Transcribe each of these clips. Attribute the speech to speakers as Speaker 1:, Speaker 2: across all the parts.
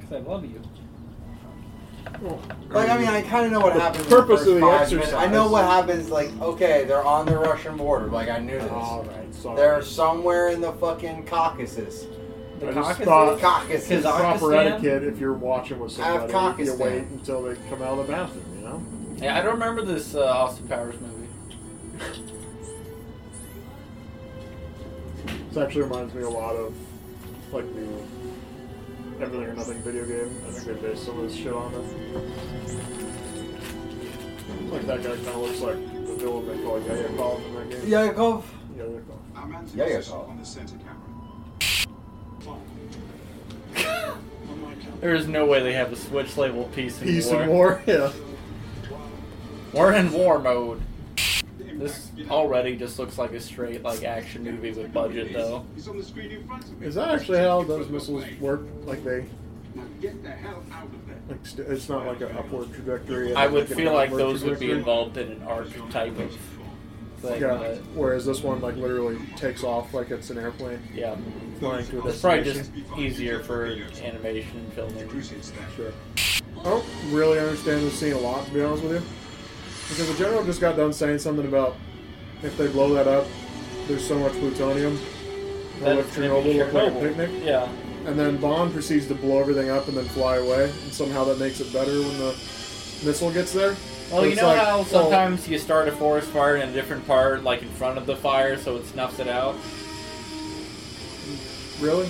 Speaker 1: because I love you.
Speaker 2: Like I mean, I kind of know what
Speaker 3: The
Speaker 2: happens. in
Speaker 3: purpose
Speaker 2: first
Speaker 3: of the
Speaker 2: five
Speaker 3: exercise.
Speaker 2: minutes. I know what happens. Like, okay, they're on the Russian border. Like, I knew this.
Speaker 3: All right, Oh, sorry.
Speaker 2: They're somewhere in the fucking Caucasus.
Speaker 1: The
Speaker 3: I just
Speaker 1: Caucasus.
Speaker 3: thought
Speaker 2: Caucasus.
Speaker 1: Kazakhstan?
Speaker 3: proper etiquette if you're watching with
Speaker 2: I have
Speaker 3: somebody. You
Speaker 2: Caucasus
Speaker 3: wait
Speaker 2: down.
Speaker 3: until they come out of the bathroom. You know.
Speaker 4: Yeah, I don't remember this uh, Austin Powers movie.
Speaker 3: This actually reminds me a lot of like the Everything or Nothing video game. I think they based some of this shit on it. Like that guy kind of looks like the villain they call Yayakov in that game.
Speaker 2: Yakov.
Speaker 3: Yayakov.
Speaker 5: Our man took
Speaker 2: Yeah, yeah,
Speaker 5: this
Speaker 2: so-
Speaker 5: on the center camera. Fine. On my count.
Speaker 4: There is no way they have a Switch label Peace and
Speaker 3: Peace
Speaker 4: War.
Speaker 3: and war. Yeah.
Speaker 4: We're in war mode.
Speaker 5: The impact,
Speaker 4: This
Speaker 5: you know,
Speaker 4: already just looks like a straight like action movie with budget though.
Speaker 5: He's on the screen in front of me.
Speaker 3: Is that actually how those
Speaker 5: Put it
Speaker 3: missiles
Speaker 5: away.
Speaker 3: work? Like they,
Speaker 5: Now get the hell out of there.
Speaker 3: like st- it's not like an upward trajectory. and
Speaker 4: I
Speaker 3: then,
Speaker 4: would
Speaker 3: an
Speaker 4: feel like
Speaker 3: downward
Speaker 4: those would be
Speaker 3: trajectory?
Speaker 4: involved in an arc type of thing.
Speaker 3: Yeah.
Speaker 4: but- uh,
Speaker 3: Whereas this one like literally takes off like it's an airplane
Speaker 4: yeah.
Speaker 3: flying to a
Speaker 4: It's probably
Speaker 3: destination.
Speaker 4: just easier for animation and filming.
Speaker 5: Cruciate's there.
Speaker 3: Sure. I don't really understand this scene a lot, to be honest with you. Because the general just got done saying something about if they blow that up, there's so much plutonium. They'll
Speaker 4: That
Speaker 3: let
Speaker 4: is gonna be
Speaker 3: Chernobyl look like a
Speaker 4: Chernobyl.
Speaker 3: picnic.
Speaker 4: Yeah.
Speaker 3: And then Bond proceeds to blow everything up and then fly away. And somehow that makes it better when the missile gets there.
Speaker 4: Well,
Speaker 3: But
Speaker 4: you
Speaker 3: it's
Speaker 4: know
Speaker 3: like,
Speaker 4: how
Speaker 3: well,
Speaker 4: sometimes you start a forest fire in a different part, like in front of the fire, so it snuffs it out.
Speaker 3: Really?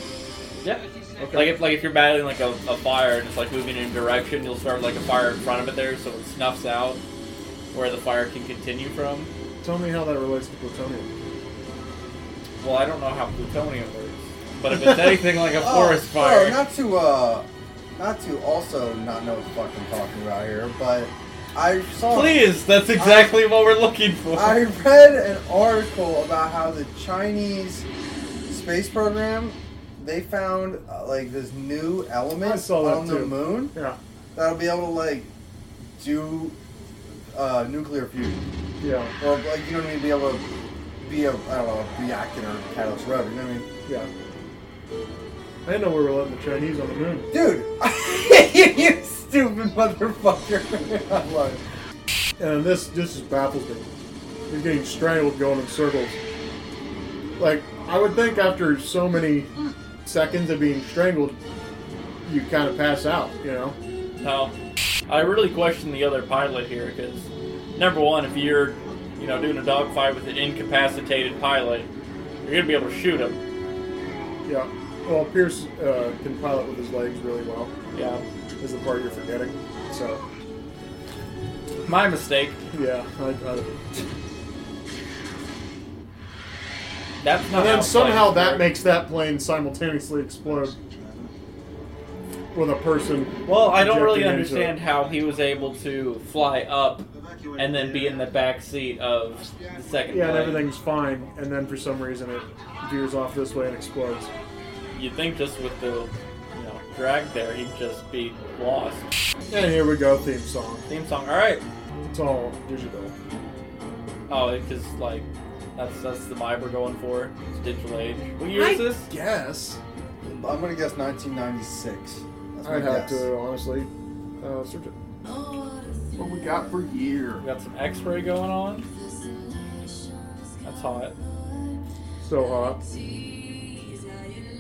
Speaker 4: Yeah.
Speaker 3: Okay.
Speaker 4: Like if like if you're battling like a, a fire and it's like moving in a direction, you'll start like a fire in front of it there, so it snuffs out where the fire can continue from.
Speaker 3: Tell me how that relates to plutonium.
Speaker 4: Well, I don't know how plutonium works, but if it's anything like a
Speaker 2: Oh,
Speaker 4: forest
Speaker 2: oh,
Speaker 4: fire,
Speaker 2: not to uh, not to also not know what the fuck I'm talking about here, but I saw.
Speaker 4: please, that's exactly what we're looking for.
Speaker 2: I read an article about how the Chinese space program they found uh, like this new
Speaker 3: I
Speaker 2: element
Speaker 3: saw that
Speaker 2: on the
Speaker 3: too.
Speaker 2: moon
Speaker 3: Yeah.
Speaker 2: that'll be able to like do uh, nuclear fusion
Speaker 3: Yeah.
Speaker 2: or like you don't even be able to be a I don't know a reactor or catalyst or whatever. You know what I mean?
Speaker 3: Yeah. I didn't know we were letting the Chinese on the moon.
Speaker 2: Dude, you stupid motherfucker. I love it.
Speaker 3: And this this just baffles me. He's getting strangled going in circles. Like I would think after so many seconds of being strangled, you kind of pass out. You know?
Speaker 4: Now, I really question the other pilot here because, number one, if you're, you know, doing a dogfight with an incapacitated pilot, you're gonna be able to shoot him.
Speaker 3: Yeah. Well, Pierce uh, can pilot with his legs really well.
Speaker 4: Yeah.
Speaker 3: Is the part you're forgetting. So
Speaker 4: My mistake.
Speaker 3: yeah. I, I,
Speaker 4: That's not.
Speaker 3: And
Speaker 4: how
Speaker 3: then somehow
Speaker 4: planes
Speaker 3: that
Speaker 4: work.
Speaker 3: makes that plane simultaneously explode with a person.
Speaker 4: Well, I don't really
Speaker 3: injected into it.
Speaker 4: understand how he was able to fly up
Speaker 5: Evacuate
Speaker 4: and then be in the back seat of the second.
Speaker 3: Yeah, and
Speaker 4: plane.
Speaker 3: everything's fine, and then for some reason it veers off this way and explodes.
Speaker 4: You'd think just with the, you know, drag there, he'd just be lost.
Speaker 3: And here we go, theme song.
Speaker 4: Theme song. All right.
Speaker 3: It's all digital.
Speaker 4: Oh, because like, that's that's the vibe we're going for. It's digital age. What year is this?
Speaker 3: Guess.
Speaker 2: I'm gonna guess 1996. That's my
Speaker 3: I'd have
Speaker 2: guess.
Speaker 3: to honestly uh, search it.
Speaker 2: What we got for year?
Speaker 4: We got some X-ray going on. That's hot.
Speaker 3: So hot.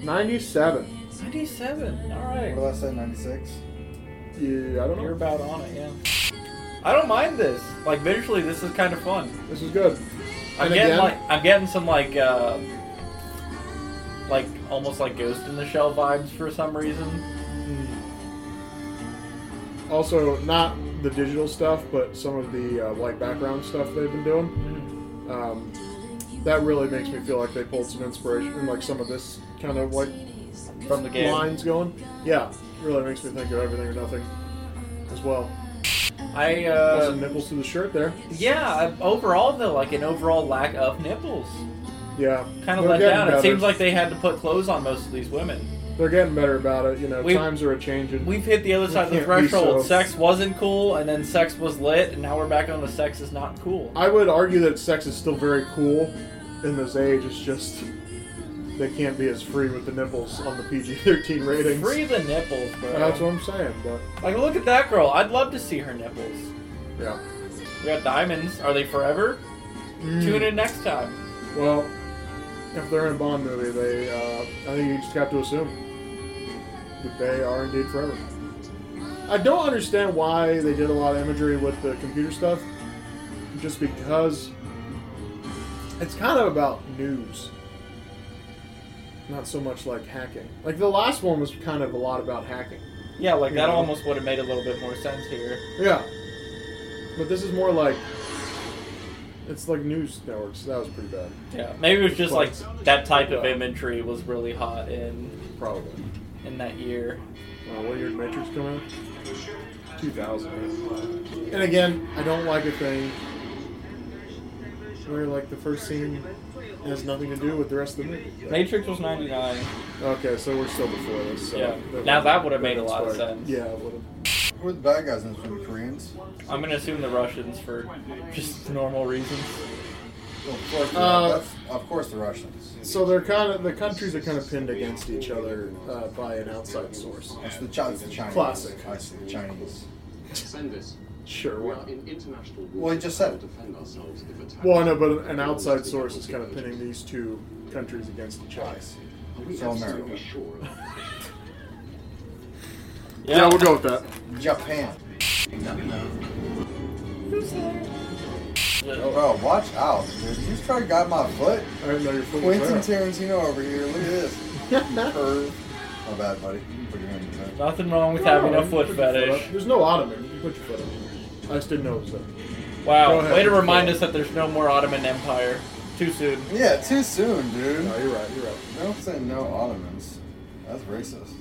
Speaker 3: 97.
Speaker 4: 97. All right.
Speaker 2: What did I say? 96.
Speaker 3: Yeah, I don't
Speaker 4: You're
Speaker 3: know.
Speaker 4: about on it, yeah. I don't mind this. Like visually, this is kind of fun.
Speaker 3: This is good.
Speaker 4: I'm
Speaker 3: And
Speaker 4: getting
Speaker 3: again-
Speaker 4: like I'm getting some like uh, like almost like Ghost in the Shell vibes for some reason.
Speaker 3: Also, not the digital stuff, but some of the uh, white background stuff they've been doing. Um, that really makes me feel like they pulled some inspiration in like some of this kind of white
Speaker 4: From the game.
Speaker 3: lines going. Yeah, really makes me think of everything or nothing as well.
Speaker 4: I
Speaker 3: Got some
Speaker 4: uh,
Speaker 3: nipples to the shirt there.
Speaker 4: yeah. I- Overall though, like an overall lack of nipples,
Speaker 3: Yeah,
Speaker 4: kind of
Speaker 3: They're
Speaker 4: let
Speaker 3: getting
Speaker 4: down.
Speaker 3: better.
Speaker 4: It seems like they had to put clothes on most of these women.
Speaker 3: they're getting better about it. You know,
Speaker 4: We've-
Speaker 3: times are a changing.
Speaker 4: We've hit the other side of the
Speaker 3: can't be
Speaker 4: threshold.
Speaker 3: so-
Speaker 4: Sex wasn't cool, and then sex was lit, and now we're back on the sex is not cool.
Speaker 3: I would argue that sex is still very cool in this age. It's just they can't be as free with the nipples on the PG-13 ratings.
Speaker 4: Free the nipples, bro.
Speaker 3: And that's what I'm saying, but
Speaker 4: Like, look at that girl. I'd love to see her nipples.
Speaker 3: yeah.
Speaker 4: We got diamonds. Are they forever?
Speaker 3: Hmm.
Speaker 4: Tune in next time.
Speaker 3: Well, if they're in a Bond movie, they uh, I think you just have to assume that they are indeed forever. I don't understand why they did a lot of imagery with the computer stuff, just because it's kind of about news, not so much like hacking. Like the last one was kind of a lot about hacking.
Speaker 4: Yeah, like that
Speaker 3: Yeah.
Speaker 4: almost would have made a little bit more sense here.
Speaker 3: Yeah, but this is more like it's like news networks. That was pretty bad,
Speaker 4: Yeah, maybe it was just like that type of imagery was really hot in
Speaker 3: probably.
Speaker 4: in that year.
Speaker 3: Uh, what year did Matrix come out? 2000. And again, I don't like a thing where like the first scene has nothing to do with the rest of the movie. Like,
Speaker 4: Matrix was ninety nine.
Speaker 3: okay, so we're still before this. So
Speaker 4: Yeah. Now that would've made a lot of
Speaker 3: inspired-
Speaker 4: sense.
Speaker 3: Yeah, it would have.
Speaker 2: Who are the bad guys in this movie? Koreans?
Speaker 4: I'm gonna assume the Russians for just normal reasons.
Speaker 2: Well, of course, they're-
Speaker 3: Uh,
Speaker 2: that's, of course the Russians.
Speaker 3: So they're kind of the countries are kind of pinned against each other uh, by an outside source.
Speaker 2: It's the, Chi- it's the Chinese.
Speaker 3: Classic.
Speaker 2: I see, the Chinese.
Speaker 5: Send this.
Speaker 3: Sure.
Speaker 5: We
Speaker 3: Why?
Speaker 5: are in international war.
Speaker 2: Well, he just said it.
Speaker 5: We'll defend ourselves if attacked.
Speaker 3: Well, I know, but an outside source is kind of pinning these two countries against each other.
Speaker 2: I see.
Speaker 5: Are we
Speaker 2: So
Speaker 5: absolutely
Speaker 2: America.
Speaker 5: sure of that?
Speaker 3: Yeah, we'll go with that.
Speaker 2: Japan.
Speaker 4: Yeah.
Speaker 2: Bro, watch out, dude. You try to guide my foot.
Speaker 3: I didn't know your foot was
Speaker 2: Quentin
Speaker 3: there.
Speaker 2: Tarantino over here. Look at this. Curve. My bad, buddy. You can put your hand in there.
Speaker 4: Nothing wrong with having
Speaker 3: No,
Speaker 4: a foot
Speaker 3: put your
Speaker 4: fetish.
Speaker 3: up. There's no ottoman. You can put your foot up. I just didn't know it was there. Go
Speaker 4: Wow,
Speaker 3: ahead.
Speaker 4: way to remind us that there's no more Ottoman Empire. Too soon.
Speaker 2: Yeah, too soon, dude.
Speaker 3: No, you're right. You're right.
Speaker 2: Don't say no Ottomans. That's racist.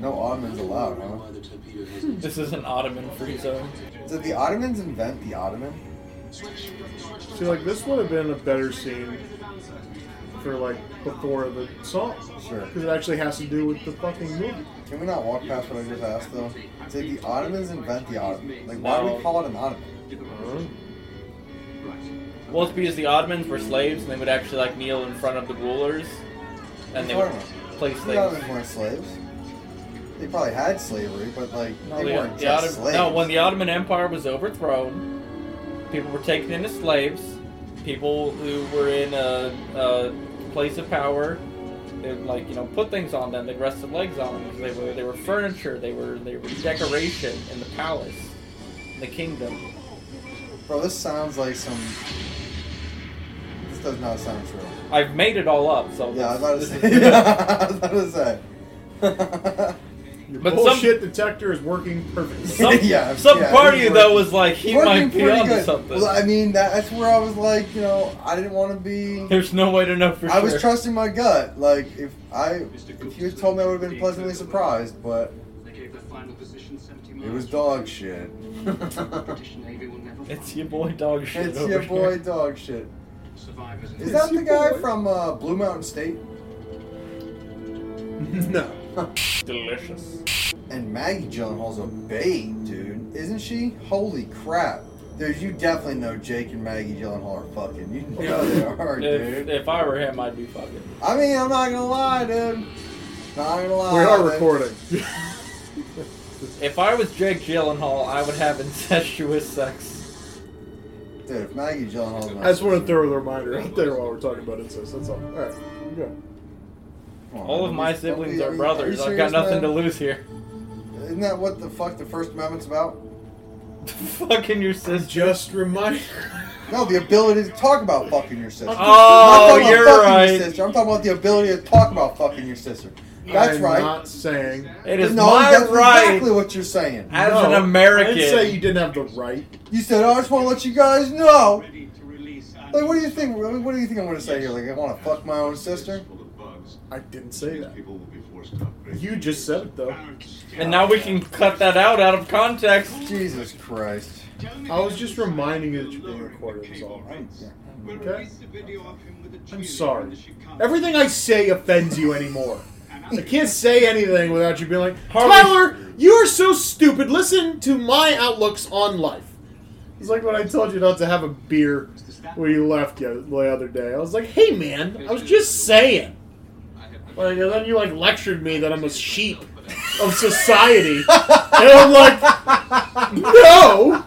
Speaker 2: No Ottomans allowed, huh?
Speaker 5: Why the torpedo hasn't-
Speaker 4: This is an Ottoman free zone.
Speaker 2: Did the Ottomans invent the Ottoman?
Speaker 3: See, like this would have been a better scene for like before the song,
Speaker 2: Sure.
Speaker 3: because it actually has to do with the fucking movie.
Speaker 2: Can we not walk past what I just asked though? Did the Ottomans invent the Ottoman? Like, why do
Speaker 4: No.
Speaker 2: we call it an Ottoman?
Speaker 4: Uh-huh. Well, it's because the Ottomans were slaves and they would actually like kneel in front of the rulers, and they would place
Speaker 2: The
Speaker 4: things.
Speaker 2: Ottomans weren't slaves. They probably had slavery, but like
Speaker 4: No,
Speaker 2: they
Speaker 4: the-
Speaker 2: weren't
Speaker 4: the
Speaker 2: just
Speaker 4: Ottom-
Speaker 2: slaves.
Speaker 4: no, when the Ottoman Empire was overthrown, people were taken into slaves. People who were in a, a place of power, they would, like you know put things on them. They rested legs on them. 'cause They were they were furniture. They were they were decoration in the palace, in the kingdom.
Speaker 2: Bro, this sounds like some. This does not sound true.
Speaker 4: I've made it all up. So
Speaker 2: Yeah, I
Speaker 4: this-
Speaker 2: was
Speaker 4: Oh, this is
Speaker 2: about to say.
Speaker 4: good.
Speaker 2: I was about to say.
Speaker 3: Your
Speaker 4: But some-
Speaker 3: bullshit detector is working perfectly.
Speaker 4: Some,
Speaker 2: Yeah,
Speaker 4: some
Speaker 2: yeah,
Speaker 4: part of
Speaker 2: he's
Speaker 4: you though
Speaker 2: working-
Speaker 4: was like he
Speaker 2: Working
Speaker 4: might be
Speaker 2: pretty
Speaker 4: onto
Speaker 2: good.
Speaker 4: something.
Speaker 2: Well, I mean, that, that's where I was like, you know, I didn't want to be.
Speaker 4: There's no way to know for
Speaker 2: I
Speaker 4: sure.
Speaker 2: was trusting my gut. Like, if I, if you had told me, I would have been pleasantly surprised, but
Speaker 5: They gave their final position 70
Speaker 2: it was
Speaker 5: miles.
Speaker 2: dog shit. it's
Speaker 5: British Navy will never
Speaker 4: It's
Speaker 5: find
Speaker 4: your boy dog shit. over
Speaker 2: your
Speaker 4: here.
Speaker 2: boy dog shit.
Speaker 5: survivors in
Speaker 2: Is
Speaker 5: this
Speaker 2: that
Speaker 3: your
Speaker 2: the guy
Speaker 3: boy.
Speaker 2: from uh, Blue Mountain State?
Speaker 3: no,
Speaker 4: Delicious.
Speaker 2: And Maggie Gyllenhaal's a babe, dude. Isn't she? Holy crap. There's, you definitely know Jake and Maggie Gyllenhaal are fucking. You know they are,
Speaker 4: If,
Speaker 2: dude.
Speaker 4: if I were him, I'd be fucking.
Speaker 2: I mean, I'm not gonna lie, dude. Not gonna lie.
Speaker 3: we are
Speaker 2: dude.
Speaker 3: recording.
Speaker 4: If I was Jake Gyllenhaal, I would have incestuous sex.
Speaker 2: Dude, if Maggie Gyllenhaal's not-
Speaker 3: I just want to throw the reminder out there while we're talking about incest. That's all. All right, go.
Speaker 2: Come on,
Speaker 4: All of
Speaker 2: man.
Speaker 4: my
Speaker 2: Don't be-
Speaker 4: siblings
Speaker 2: are
Speaker 4: are
Speaker 2: you-
Speaker 4: brothers.
Speaker 2: are you
Speaker 4: I've got
Speaker 2: serious,
Speaker 4: nothing
Speaker 2: man?
Speaker 4: to lose here.
Speaker 2: Isn't that what the fuck the First Amendment's about?
Speaker 4: fucking your sister.
Speaker 3: Just reminder.
Speaker 2: No, the ability to talk about fucking your sister.
Speaker 4: Oh,
Speaker 2: I'm not talking about
Speaker 4: you're
Speaker 2: fucking
Speaker 4: right.
Speaker 2: Your sister. I'm talking about the ability to talk about fucking your sister. That's
Speaker 3: I'm
Speaker 2: right.
Speaker 3: Not saying.
Speaker 4: It is
Speaker 2: no,
Speaker 4: my
Speaker 2: that's
Speaker 4: right
Speaker 2: exactly what you're saying.
Speaker 4: as
Speaker 3: No,
Speaker 4: an American.
Speaker 3: I didn't say you didn't have the right.
Speaker 2: You said, "Oh, I just want to let you guys know."
Speaker 5: Ready to release and-
Speaker 2: Like, what do you think? I mean, What do you think I'm gonna say here? Like, I want to fuck my own sister?
Speaker 1: Full of bugs.
Speaker 3: I didn't say that.
Speaker 1: People will be forced to upgrade.
Speaker 3: You just said it though.
Speaker 4: and now we can cut that out out of context.
Speaker 2: Jesus Christ!
Speaker 3: I was just reminding you that you're being recorded. Is all.
Speaker 5: We'll
Speaker 3: Okay.
Speaker 5: release the video of him with a
Speaker 3: I'm
Speaker 5: cheerleader
Speaker 3: sorry.
Speaker 5: when she comes.
Speaker 3: Everything I say offends you anymore. I can't say anything without you being like,
Speaker 4: Harvey-
Speaker 3: Tyler, you are so stupid. Listen to my outlooks on life. It's like when I told you not to have a beer when you left the other- the other day. I was like, hey man, I was just saying. Like, and then you like lectured me that I'm a sheep of society. And I'm like, no!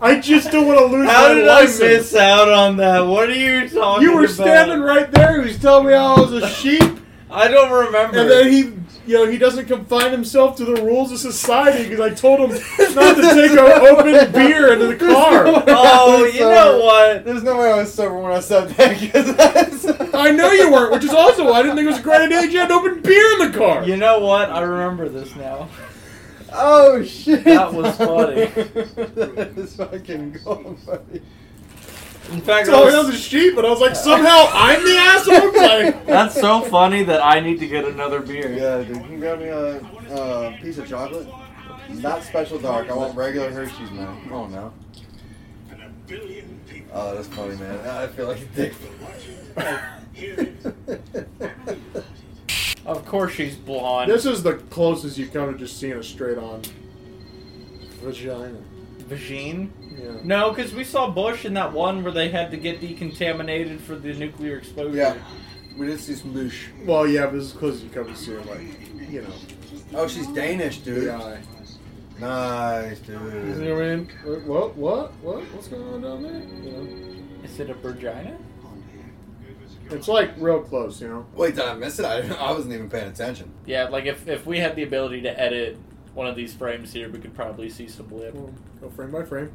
Speaker 3: I just don't want to lose
Speaker 4: How
Speaker 3: my
Speaker 4: did
Speaker 3: license.
Speaker 4: I miss out on that? What are you talking about?
Speaker 3: you were standing right there. He was telling me how I was a sheep,
Speaker 4: I don't remember.
Speaker 3: and then he, you know, he doesn't confine himself to the rules of society because I told him not to take an open beer into the car.
Speaker 4: oh, you know what?
Speaker 2: There's no way I was sober when I said that. 'cause that's-
Speaker 3: I know you weren't, which is also why I didn't think it was a great idea. that You had an open beer in the car.
Speaker 4: You know what? I remember this now.
Speaker 2: Oh shit!
Speaker 4: That was funny.
Speaker 2: that is fucking gold, buddy.
Speaker 4: In fact,
Speaker 3: So
Speaker 4: I
Speaker 3: I was a sheep, but I was like, somehow I'm the asshole. Like,
Speaker 4: that's so funny that I need to get another beer.
Speaker 2: Yeah, dude. You can grab me a uh, piece of chocolate. Not special dark. I want regular Hershey's, man. Come on now.
Speaker 5: And a billion people
Speaker 2: Oh, that's funny, man. I feel like a dick.
Speaker 5: watching, hearing,
Speaker 4: Of course she's blonde.
Speaker 3: this is the closest you come to just seeing a straight on vagina.
Speaker 4: Vagine?
Speaker 3: Yeah.
Speaker 4: No, because we saw Bush in that one where they had to get decontaminated for the nuclear explosion.
Speaker 2: Yeah. We did see some moosh.
Speaker 3: Well, yeah, but this is close as you come to seeing, like, you know,
Speaker 2: Oh, she's Danish, dude.
Speaker 3: the eye.
Speaker 2: Nice,
Speaker 3: You
Speaker 2: dude.
Speaker 3: know what I mean? What, what, what, what? What's going on down there? You
Speaker 4: Is it a vagina?
Speaker 3: know, it's like real close, you know.
Speaker 2: Wait, did I miss it? I, I wasn't even paying attention.
Speaker 4: Yeah, like if, if we had the ability to edit one of these frames here, we could probably see some blip.
Speaker 3: Well, Go frame by frame.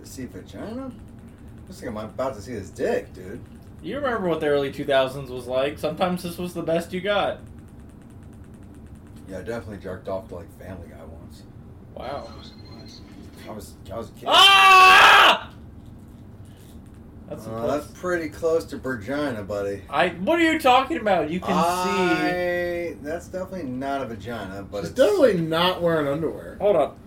Speaker 2: To see vagina? I was like, I'm about to see his dick, dude.
Speaker 4: You remember what the early 2000s was like. Sometimes this was the best you got.
Speaker 2: Yeah, I definitely jerked off to like Family Guy once.
Speaker 4: Wow.
Speaker 3: oh.
Speaker 2: I was, I was a kid.
Speaker 4: Ah! That's,
Speaker 2: Uh, that's pretty close to vagina, buddy.
Speaker 4: I. What are you talking about? You can see.
Speaker 2: I, That's definitely not a vagina, but
Speaker 3: But it's
Speaker 2: it's
Speaker 3: definitely not wearing underwear.
Speaker 4: Hold up.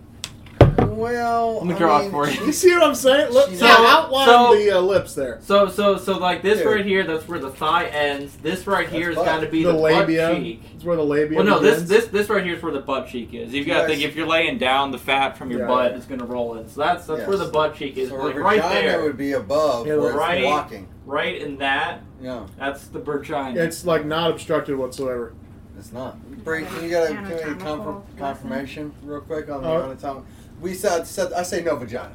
Speaker 2: Well,
Speaker 4: Let me
Speaker 2: I
Speaker 4: draw it
Speaker 2: mean,
Speaker 4: for you.
Speaker 3: You see what I'm saying? Look,
Speaker 2: She's
Speaker 3: so,
Speaker 2: not-
Speaker 3: outline
Speaker 4: so-
Speaker 3: the uh, lips there.
Speaker 4: So so so like this
Speaker 2: Dude.
Speaker 4: right here, that's where the thigh ends. This right here has
Speaker 2: butt.
Speaker 4: got to be
Speaker 3: the
Speaker 4: the,
Speaker 3: labia.
Speaker 4: butt cheek.
Speaker 3: It's where the labia.
Speaker 4: Well, no, this
Speaker 3: begins.
Speaker 4: this this right here is where the butt cheek is. You've got to
Speaker 2: Yes.
Speaker 4: think if you're laying down, the fat from your
Speaker 3: Yeah.
Speaker 4: butt is going to roll in. So that's that's where
Speaker 2: Yes.
Speaker 4: the butt cheek is,
Speaker 2: So
Speaker 4: like
Speaker 2: her
Speaker 4: right
Speaker 2: vagina
Speaker 4: there,
Speaker 2: would be above
Speaker 3: Yeah,
Speaker 2: where
Speaker 4: right.
Speaker 2: it's walking.
Speaker 4: right in that.
Speaker 2: Yeah,
Speaker 4: That's the vagina.
Speaker 3: It's like not obstructed whatsoever.
Speaker 2: it's not. Bree, can you get a, can we get a
Speaker 5: Anatomical
Speaker 2: confirm, confirmation real quick on the
Speaker 3: Oh.
Speaker 2: anatomy? We said, said I say no vagina.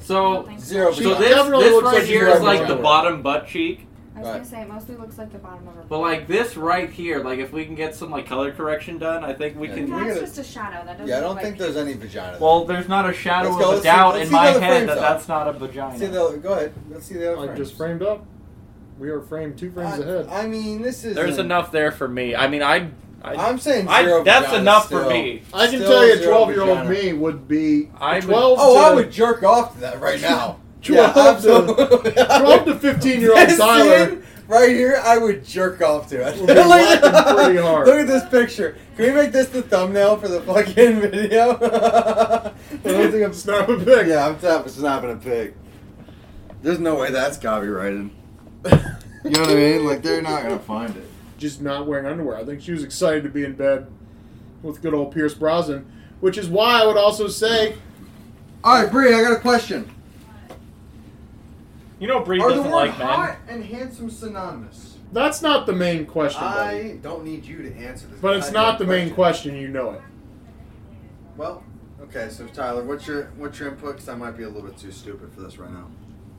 Speaker 4: so
Speaker 2: Zero
Speaker 4: so
Speaker 3: She
Speaker 4: this
Speaker 2: vagina.
Speaker 3: definitely
Speaker 4: this
Speaker 3: looks
Speaker 4: right
Speaker 3: like she's
Speaker 4: here is
Speaker 3: got
Speaker 4: like
Speaker 3: vagina.
Speaker 4: the bottom butt cheek.
Speaker 5: I was gonna say it mostly looks like the bottom of her.
Speaker 4: But like this right here, like if we can get some like color correction done, I think we
Speaker 2: Yeah.
Speaker 4: can.
Speaker 2: We're
Speaker 5: that's
Speaker 2: gonna-
Speaker 5: just a shadow. That doesn't.
Speaker 2: yeah, I don't
Speaker 5: look
Speaker 2: think
Speaker 5: like,
Speaker 2: there's any vagina.
Speaker 4: Well, there's not a shadow
Speaker 2: Let's go,
Speaker 4: of a
Speaker 2: let's see-
Speaker 4: doubt
Speaker 2: let's
Speaker 4: in
Speaker 2: see
Speaker 4: my
Speaker 2: the other
Speaker 4: head
Speaker 2: frames,
Speaker 4: that
Speaker 2: though.
Speaker 4: that's not a vagina.
Speaker 2: see the other- go ahead. Let's see the other.
Speaker 3: I
Speaker 2: frames.
Speaker 3: just framed up. We are framed two frames ahead.
Speaker 2: I, I mean, this is.
Speaker 4: There's enough there for me. I mean, I, I,
Speaker 2: I'm saying
Speaker 4: I-
Speaker 2: zero.
Speaker 4: that's
Speaker 2: vagina
Speaker 4: enough for
Speaker 2: still.
Speaker 4: me.
Speaker 3: I can
Speaker 2: Still
Speaker 3: tell you,
Speaker 2: zero
Speaker 3: twelve-year-old me
Speaker 2: vagina.
Speaker 3: would be
Speaker 4: I would-
Speaker 3: twelve.
Speaker 2: Oh,
Speaker 3: to,
Speaker 2: I would jerk off to that right now.
Speaker 3: Twelve to-
Speaker 2: absolutely.
Speaker 3: twelve to fifteen-year-old
Speaker 2: This
Speaker 3: Tyler.
Speaker 2: scene right here, I would jerk off to it.
Speaker 3: Would be laughing pretty hard.
Speaker 2: Look at this picture. Can we make this the thumbnail for the fucking video? I don't think I'm
Speaker 3: Snap a pig.
Speaker 2: Yeah, I'm tap- snapping a pig. There's no way that's copyrighted. You know what I mean? Like they're not gonna find it.
Speaker 3: just not wearing underwear. I think she was excited to be in bed with good old Pierce Brosnan, which is why I would also say
Speaker 2: All right, Bree, I got a question.
Speaker 4: you know, Bree
Speaker 2: Are the
Speaker 4: doesn't
Speaker 2: word
Speaker 4: like men.
Speaker 2: hot and handsome synonymous?
Speaker 3: that's not the main question, buddy.
Speaker 2: I don't need you to answer this.
Speaker 3: but it's not the main question. You know it.
Speaker 2: Well, okay. So Tyler, what's your what's your input? Because I might be a little bit too stupid for this right now.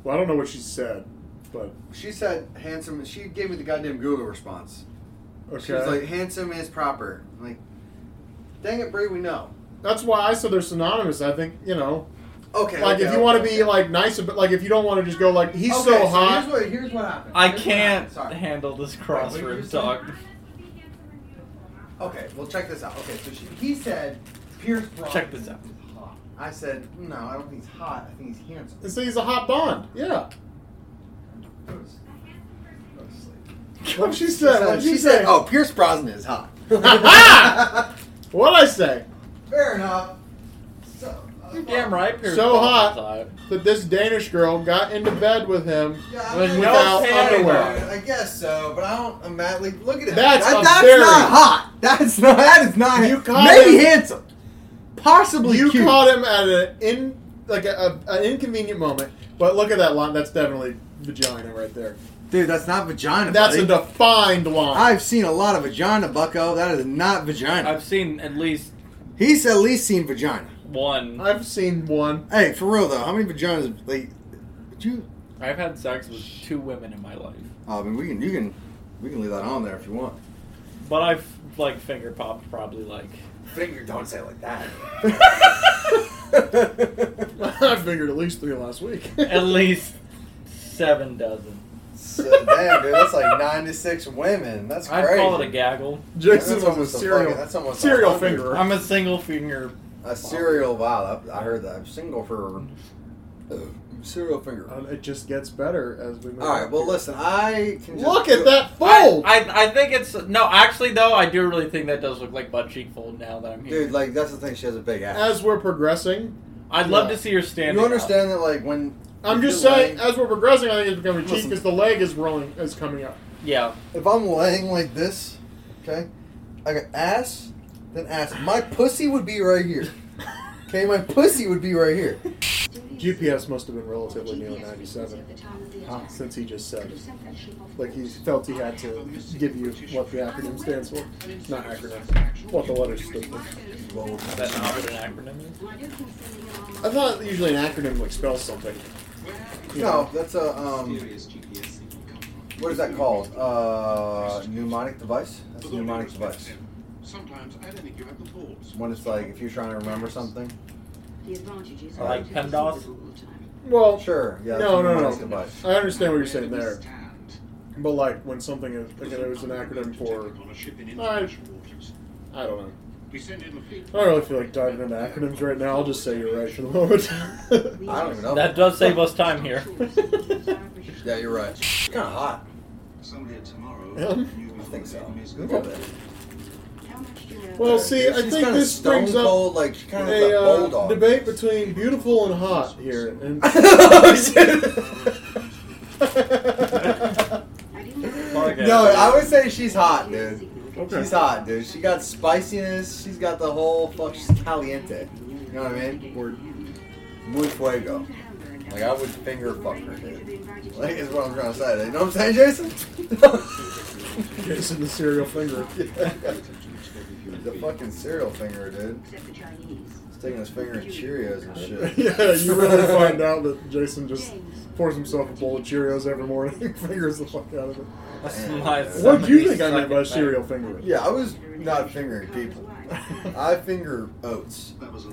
Speaker 3: Well, I don't know what she said, but
Speaker 2: She said handsome. She gave me the goddamn Google response. She
Speaker 3: okay.
Speaker 2: was like, handsome is proper. I'm like, dang it, Brie, we know.
Speaker 3: that's why I said they're synonymous. I think you know,
Speaker 2: Okay.
Speaker 3: like
Speaker 2: okay,
Speaker 3: if you
Speaker 2: okay,
Speaker 3: want to be
Speaker 2: okay.
Speaker 3: like nice, but like if you don't want to just go like he's
Speaker 2: Okay,
Speaker 3: so hot.
Speaker 2: Here's what, here's what happened.
Speaker 4: I
Speaker 2: Here's what
Speaker 4: can't
Speaker 2: happened. Sorry.
Speaker 4: handle this
Speaker 2: Wait, what were you
Speaker 4: crossroom
Speaker 2: saying?
Speaker 4: talk.
Speaker 2: Okay, well check this out. Okay, so she, he said Pierce Brosnan.
Speaker 4: Check this out.
Speaker 2: is hot. I said no, I don't think he's hot. I think he's handsome.
Speaker 3: and say he's a hot bond. Yeah.
Speaker 2: Go to sleep. Go to sleep.
Speaker 3: What she said? What she said?
Speaker 2: "Oh, Pierce Brosnan is hot."
Speaker 3: What I say?
Speaker 2: Fair enough. So, uh,
Speaker 4: You're damn right. Pierce
Speaker 3: So hot.
Speaker 4: Brosnan.
Speaker 3: That this Danish girl got into bed with him.
Speaker 2: Yeah, I
Speaker 4: With
Speaker 2: guess-
Speaker 4: no
Speaker 2: I don't know,
Speaker 3: underwear.
Speaker 2: I guess so, but I don't. I'm mad, like, look at him.
Speaker 3: That's a
Speaker 2: that, that's
Speaker 3: very-
Speaker 2: not hot. That's not. That is not.
Speaker 3: You
Speaker 2: hot.
Speaker 3: caught
Speaker 2: maybe
Speaker 3: him-
Speaker 2: handsome, possibly
Speaker 3: You
Speaker 2: cute.
Speaker 3: caught him at an like a, a, an inconvenient moment. But look at that line. That's definitely vagina right there.
Speaker 2: Dude, that's not vagina.
Speaker 3: That's
Speaker 2: buddy.
Speaker 3: a defined line.
Speaker 2: I've seen a lot of vagina, Bucko. That is not vagina.
Speaker 4: I've seen at least
Speaker 2: He's at least seen vagina.
Speaker 4: one.
Speaker 3: I've seen one.
Speaker 2: Hey, for real though, how many vaginas? Like, would you?
Speaker 4: I've had sex with two women in my life,
Speaker 2: Oh, I mean, we can. You can. We can leave that on there if you want.
Speaker 4: but I've like finger popped probably like.
Speaker 2: Finger, don't say it like that.
Speaker 3: I figured at least three last week.
Speaker 4: at least seven dozen.
Speaker 2: so, damn, dude, that's like ninety-six women. That's
Speaker 4: I'd
Speaker 2: crazy.
Speaker 4: call it a gaggle.
Speaker 3: Jason
Speaker 2: That's
Speaker 3: was
Speaker 2: almost
Speaker 3: a
Speaker 2: a
Speaker 3: serial,
Speaker 2: fucking- that's almost a
Speaker 3: serial
Speaker 2: hundred.
Speaker 3: fingerer.
Speaker 4: I'm a single finger.
Speaker 2: A serial. Wow, I, I heard that. I'm single for uh, serial finger.
Speaker 3: Um, it just gets better as we move.
Speaker 2: All right. Well, listen, I can. Just
Speaker 3: Look at that fold.
Speaker 4: I, I, I think it's no. Actually, though, I do really think that does look like butt cheek fold. Now that I'm here,
Speaker 2: dude. Like that's the thing. She has a big ass.
Speaker 3: as we're progressing,
Speaker 4: I'd love
Speaker 3: yeah.
Speaker 4: to see her standing.
Speaker 2: you understand that, like when
Speaker 3: I'm
Speaker 2: if
Speaker 3: just
Speaker 2: you're
Speaker 3: saying.
Speaker 2: laying-
Speaker 3: As we're progressing, I think it's becoming cheap
Speaker 2: Listen.
Speaker 3: because the leg is rolling, is coming up.
Speaker 4: Up. Yeah,
Speaker 2: if I'm laying like this, okay, I got ass, then ass. My pussy would be right here. Okay, my pussy would be right here.
Speaker 3: GPS must have been relatively new in
Speaker 5: GPS
Speaker 3: '97,
Speaker 5: at the time of the
Speaker 2: Huh.
Speaker 5: attack.
Speaker 3: since he just said,
Speaker 5: Could have sent that ship off
Speaker 3: like he
Speaker 5: course.
Speaker 3: felt he had to give you what the acronym stands for, not acronym, what the letters stood for.
Speaker 2: Well,
Speaker 4: is that not what an acronym is?
Speaker 5: And I do think sending an
Speaker 3: I
Speaker 5: arm-
Speaker 3: thought usually an acronym like spells something. you
Speaker 2: no,
Speaker 3: know.
Speaker 2: that's a um. What is that called? Uh, mnemonic device. That's a mnemonic device.
Speaker 1: Sometimes I didn't give up the balls.
Speaker 2: When it's like if you're trying to remember something.
Speaker 5: The advantages
Speaker 4: I like
Speaker 5: of having to
Speaker 4: PEMDAS.
Speaker 5: do this all the time.
Speaker 3: Well,
Speaker 2: Sure. Yeah. that's
Speaker 3: no,
Speaker 2: a
Speaker 3: no,
Speaker 2: mnemonic
Speaker 3: no.
Speaker 2: Device.
Speaker 3: I understand what you're saying there, but like when something is, like it was an acronym for, I don't know. I don't really feel like diving into acronyms right now. I'll just say you're right for the moment.
Speaker 2: I don't even know.
Speaker 4: That does save us time here.
Speaker 2: Oh. yeah, you're right. It's kind of hot.
Speaker 1: I
Speaker 2: I think so. A little bit.
Speaker 5: How much do you know
Speaker 3: well,
Speaker 5: about
Speaker 3: see, I
Speaker 2: She's
Speaker 3: think
Speaker 2: kinda
Speaker 3: this
Speaker 2: stone
Speaker 3: brings up
Speaker 2: cold, like she kind of
Speaker 3: a
Speaker 2: a
Speaker 3: uh,
Speaker 2: bulldog.
Speaker 3: debate between beautiful and hot here. And
Speaker 2: Oh, shit.
Speaker 5: I didn't know
Speaker 4: Like,
Speaker 2: No, I would say she's hot, dude.
Speaker 3: Okay.
Speaker 2: She's hot, dude. She got spiciness. She's got the whole fuck. She's caliente. You know what I mean? Word. Muy fuego. Like I would finger fuck her, dude. Like is what I'm trying to say. You know what I'm saying, Jason?
Speaker 3: Jason the serial finger.
Speaker 2: the fucking cereal finger, dude.
Speaker 5: Except the Chinese.
Speaker 2: He's taking his finger in Cheerios and shit.
Speaker 3: yeah, you really find out that Jason just pours himself a bowl of Cheerios every morning, fingers the fuck out of it. What do you think I meant by serial finger?
Speaker 2: Yeah, I was not fingering people. I finger oats.
Speaker 3: Oats,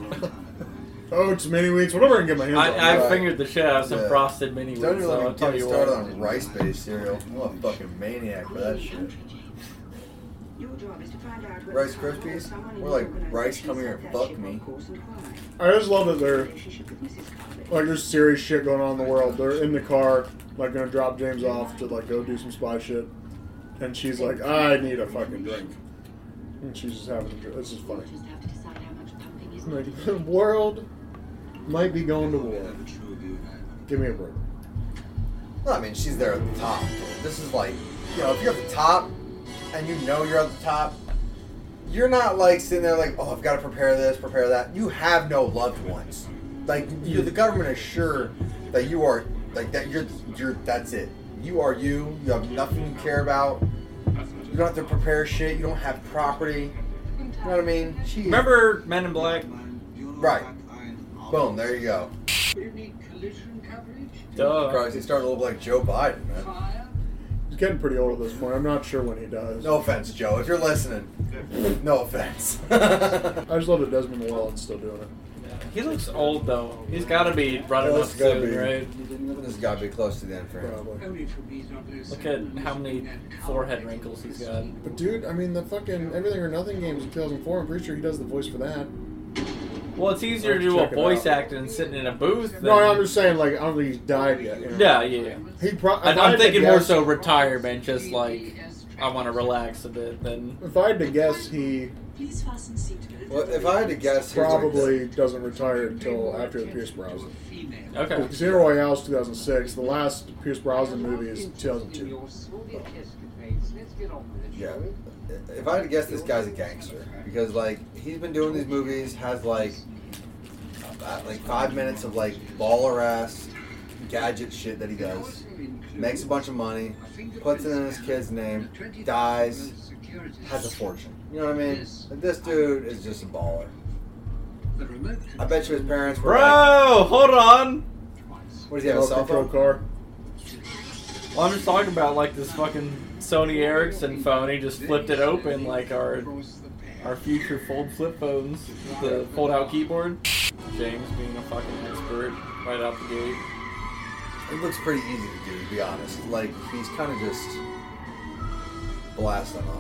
Speaker 3: Oh, mini wheats, whatever I can get my hands on.
Speaker 4: I, I
Speaker 2: Right.
Speaker 4: fingered the shit out of some
Speaker 2: Yeah.
Speaker 4: frosted mini wheats.
Speaker 2: Don't even
Speaker 4: So
Speaker 2: let
Speaker 4: I'll
Speaker 2: me get
Speaker 4: tell
Speaker 2: me
Speaker 4: you
Speaker 2: started
Speaker 4: what.
Speaker 2: on rice-based cereal. I'm a fucking maniac for that shit.
Speaker 5: Your job is to find out whether
Speaker 2: Rice
Speaker 5: someone or
Speaker 2: Krispies?
Speaker 5: someone in
Speaker 2: We're
Speaker 5: the
Speaker 2: like,
Speaker 5: organization
Speaker 2: rice, come here
Speaker 5: set
Speaker 2: and
Speaker 5: that
Speaker 2: fuck
Speaker 5: ship
Speaker 2: me.
Speaker 5: on course and why.
Speaker 3: I just love that they're
Speaker 5: Relationship with Mrs. Carter.
Speaker 3: like there's serious shit going on in the world. They're in the car, like gonna drop James off to like go do some spy shit, and she's like, I need a fucking drink, and she's just having a drink. It's just funny.
Speaker 5: You just have to decide how much pumping is
Speaker 3: Like
Speaker 5: needed.
Speaker 3: the world might be going to war. Give me a break.
Speaker 2: No, I mean, she's there at the top. This is like, you know, if you're at the top and you know you're at the top, you're not like sitting there like, oh, I've got to prepare this, prepare that. You have no loved ones. Like, you, the government is sure that you are, like, that you're, you're, that's it. You are you. You have nothing to care about. You don't have to prepare shit. You don't have property. You know what I mean? She is-
Speaker 4: Remember Men in Black?
Speaker 2: Right. Boom, there you go.
Speaker 4: Duh.
Speaker 2: Christ, he's starting to look like Joe Biden, man.
Speaker 3: He's getting pretty old at this point. I'm not sure when he dies.
Speaker 2: No offense, Joe, if you're listening. No offense.
Speaker 3: I just love that Desmond Llewellyn's still doing it.
Speaker 4: He looks old though. He's got to be running
Speaker 2: Yeah,
Speaker 4: up
Speaker 2: it's gotta
Speaker 4: soon,
Speaker 2: be.
Speaker 4: right?
Speaker 2: this has got to be close to the end for him.
Speaker 3: Probably.
Speaker 4: Look at how many forehead wrinkles he's got.
Speaker 3: But dude, I mean the fucking Everything or Nothing games in 2004. I'm pretty sure he does the voice for that.
Speaker 4: Well, it's easier to do
Speaker 3: Check
Speaker 4: a
Speaker 3: it
Speaker 4: voice
Speaker 3: out.
Speaker 4: acting than sitting in a booth. Than,
Speaker 3: No, I'm just saying like I don't think he's died yet. you know?
Speaker 4: yeah, yeah. yeah.
Speaker 3: He pro-
Speaker 4: I,
Speaker 3: if I had
Speaker 4: I'm
Speaker 3: to
Speaker 4: thinking more
Speaker 3: guess-
Speaker 4: so retirement, just like I want to relax a bit. Then
Speaker 3: If I had to guess, he
Speaker 5: Please fasten seatbelt.
Speaker 2: Well, if I had to guess, here's what I
Speaker 3: probably doesn't retire until after the Pierce Brosnan.
Speaker 4: okay.
Speaker 3: Casino Royale's 2006. The last Pierce Brosnan movie is 2002.
Speaker 2: Yeah. If I had to guess, this guy's a gangster because like he's been doing these movies, has like uh, like five minutes of like baller ass gadget shit that he does. Makes a bunch of money, puts it in his kid's name, dies, has a fortune. You know what I mean? Like, this dude is just a baller. I bet you his parents were like,
Speaker 4: Bro, hold on.
Speaker 2: what does he have, a cell
Speaker 3: control
Speaker 2: phone?
Speaker 3: car.
Speaker 4: Well, I'm just talking about like this fucking Sony Ericsson phone. He just flipped it open like our our future fold flip phones with the fold out keyboard. James being a fucking expert right out the gate.
Speaker 2: It looks pretty easy to do, to be honest. Like, he's kind of just blasting off.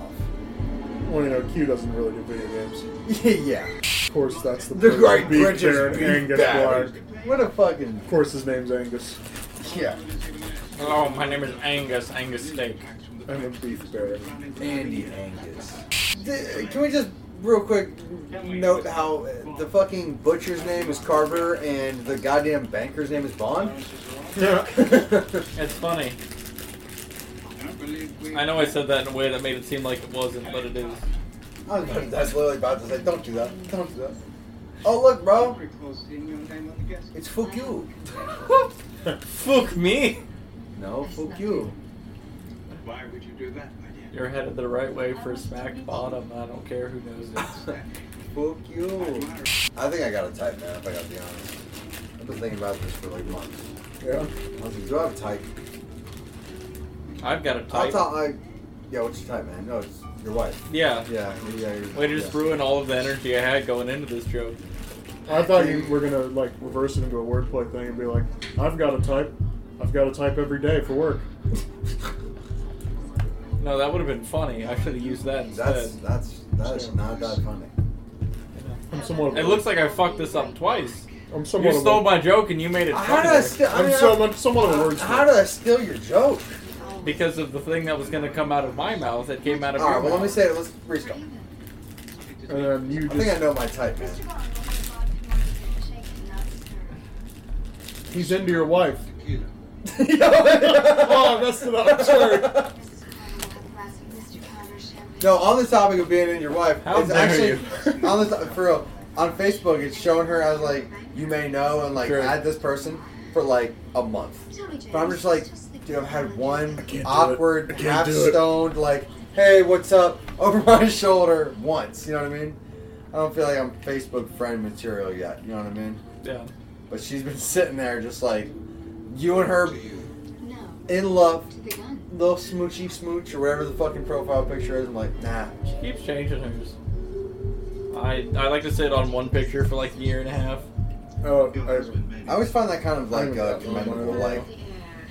Speaker 3: Well, you know, Q doesn't really do video games.
Speaker 2: yeah.
Speaker 3: Of course, that's the
Speaker 2: The
Speaker 3: point.
Speaker 2: Great
Speaker 3: Beef
Speaker 2: British
Speaker 3: Baron
Speaker 2: Beef
Speaker 3: Angus
Speaker 2: Baron.
Speaker 3: Black.
Speaker 2: What a fucking.
Speaker 3: Of course, his name's Angus.
Speaker 2: Yeah.
Speaker 4: Oh, my name is Angus. Angus Steak.
Speaker 3: And then Beef Baron.
Speaker 2: Andy Angus. D- Can we just real quick note how uh, the fucking butcher's name is Carver and the goddamn banker's name is Bond?
Speaker 3: Yeah.
Speaker 4: It's funny. I know I said that in a way that made it seem like it wasn't, but it is.
Speaker 2: I was about- that's literally about to say, don't do that. Don't do that. Oh look, bro, it's fuck you.
Speaker 4: Fuck me.
Speaker 2: No, fuck you.
Speaker 1: Why would you do that, my dear?
Speaker 4: You're headed the right way for smack bottom. I don't care who knows it.
Speaker 2: Fuck you. I think I got a type, man. If I gotta be honest, I've been thinking about this for like months.
Speaker 3: yeah.
Speaker 2: I was like, do I have a type?
Speaker 4: I've got a
Speaker 2: I
Speaker 4: type.
Speaker 2: thought I. Yeah, what's your type, man? No, it's your wife.
Speaker 4: Yeah.
Speaker 2: Yeah, yeah. your-
Speaker 4: Way to just
Speaker 2: yeah.
Speaker 4: ruin all of the energy I had going into this joke.
Speaker 3: I thought you were gonna like reverse it into a wordplay thing and be like, "I've got to type, I've got to type every day for work."
Speaker 4: No, that would have been funny. I should have used that instead.
Speaker 2: That's that's that is not that funny.
Speaker 3: I'm somewhat. Of a-
Speaker 4: It looks like I fucked this up twice.
Speaker 3: I'm somewhat.
Speaker 4: You
Speaker 3: of a-
Speaker 4: stole my joke and you made it
Speaker 2: How did I
Speaker 4: funnier
Speaker 2: steal? I
Speaker 3: I'm
Speaker 2: mean,
Speaker 3: so
Speaker 2: I-
Speaker 3: much. Somewhat of a wordsmith.
Speaker 2: How did I steal your joke?
Speaker 4: because of the thing that was going to come out of my mouth. It came out of
Speaker 2: All
Speaker 4: your
Speaker 2: right, well let me
Speaker 4: mouth.
Speaker 2: say it. Let's restart.
Speaker 3: And then you
Speaker 2: I think I
Speaker 3: just.
Speaker 2: know my type, man.
Speaker 3: He's into your wife.
Speaker 2: oh,
Speaker 3: I messed it up, sorry.
Speaker 2: No, on the topic of being in your wife,
Speaker 4: How
Speaker 2: it's
Speaker 4: dare
Speaker 2: actually
Speaker 4: you.
Speaker 2: on the to- for real on Facebook. It's showing her as like you may know and like
Speaker 4: Sure.
Speaker 2: add this person for like a month. But I'm just like, dude, I've had one
Speaker 3: can't do it.
Speaker 2: awkward,
Speaker 3: I can't
Speaker 2: half
Speaker 3: do it.
Speaker 2: stoned, like, hey, what's up, over my shoulder once. You know what I mean? I don't feel like I'm Facebook friend material yet. You know what I mean?
Speaker 4: Yeah.
Speaker 2: But she's been sitting there just like, you and her in love, little smoochy smooch or whatever the fucking profile picture is. I'm like, nah.
Speaker 4: She keeps changing hers. I I like to sit on one picture for like a year and a half.
Speaker 3: Oh,
Speaker 2: I always find that kind of like uh,
Speaker 3: I'm gonna-
Speaker 2: commendable. Like,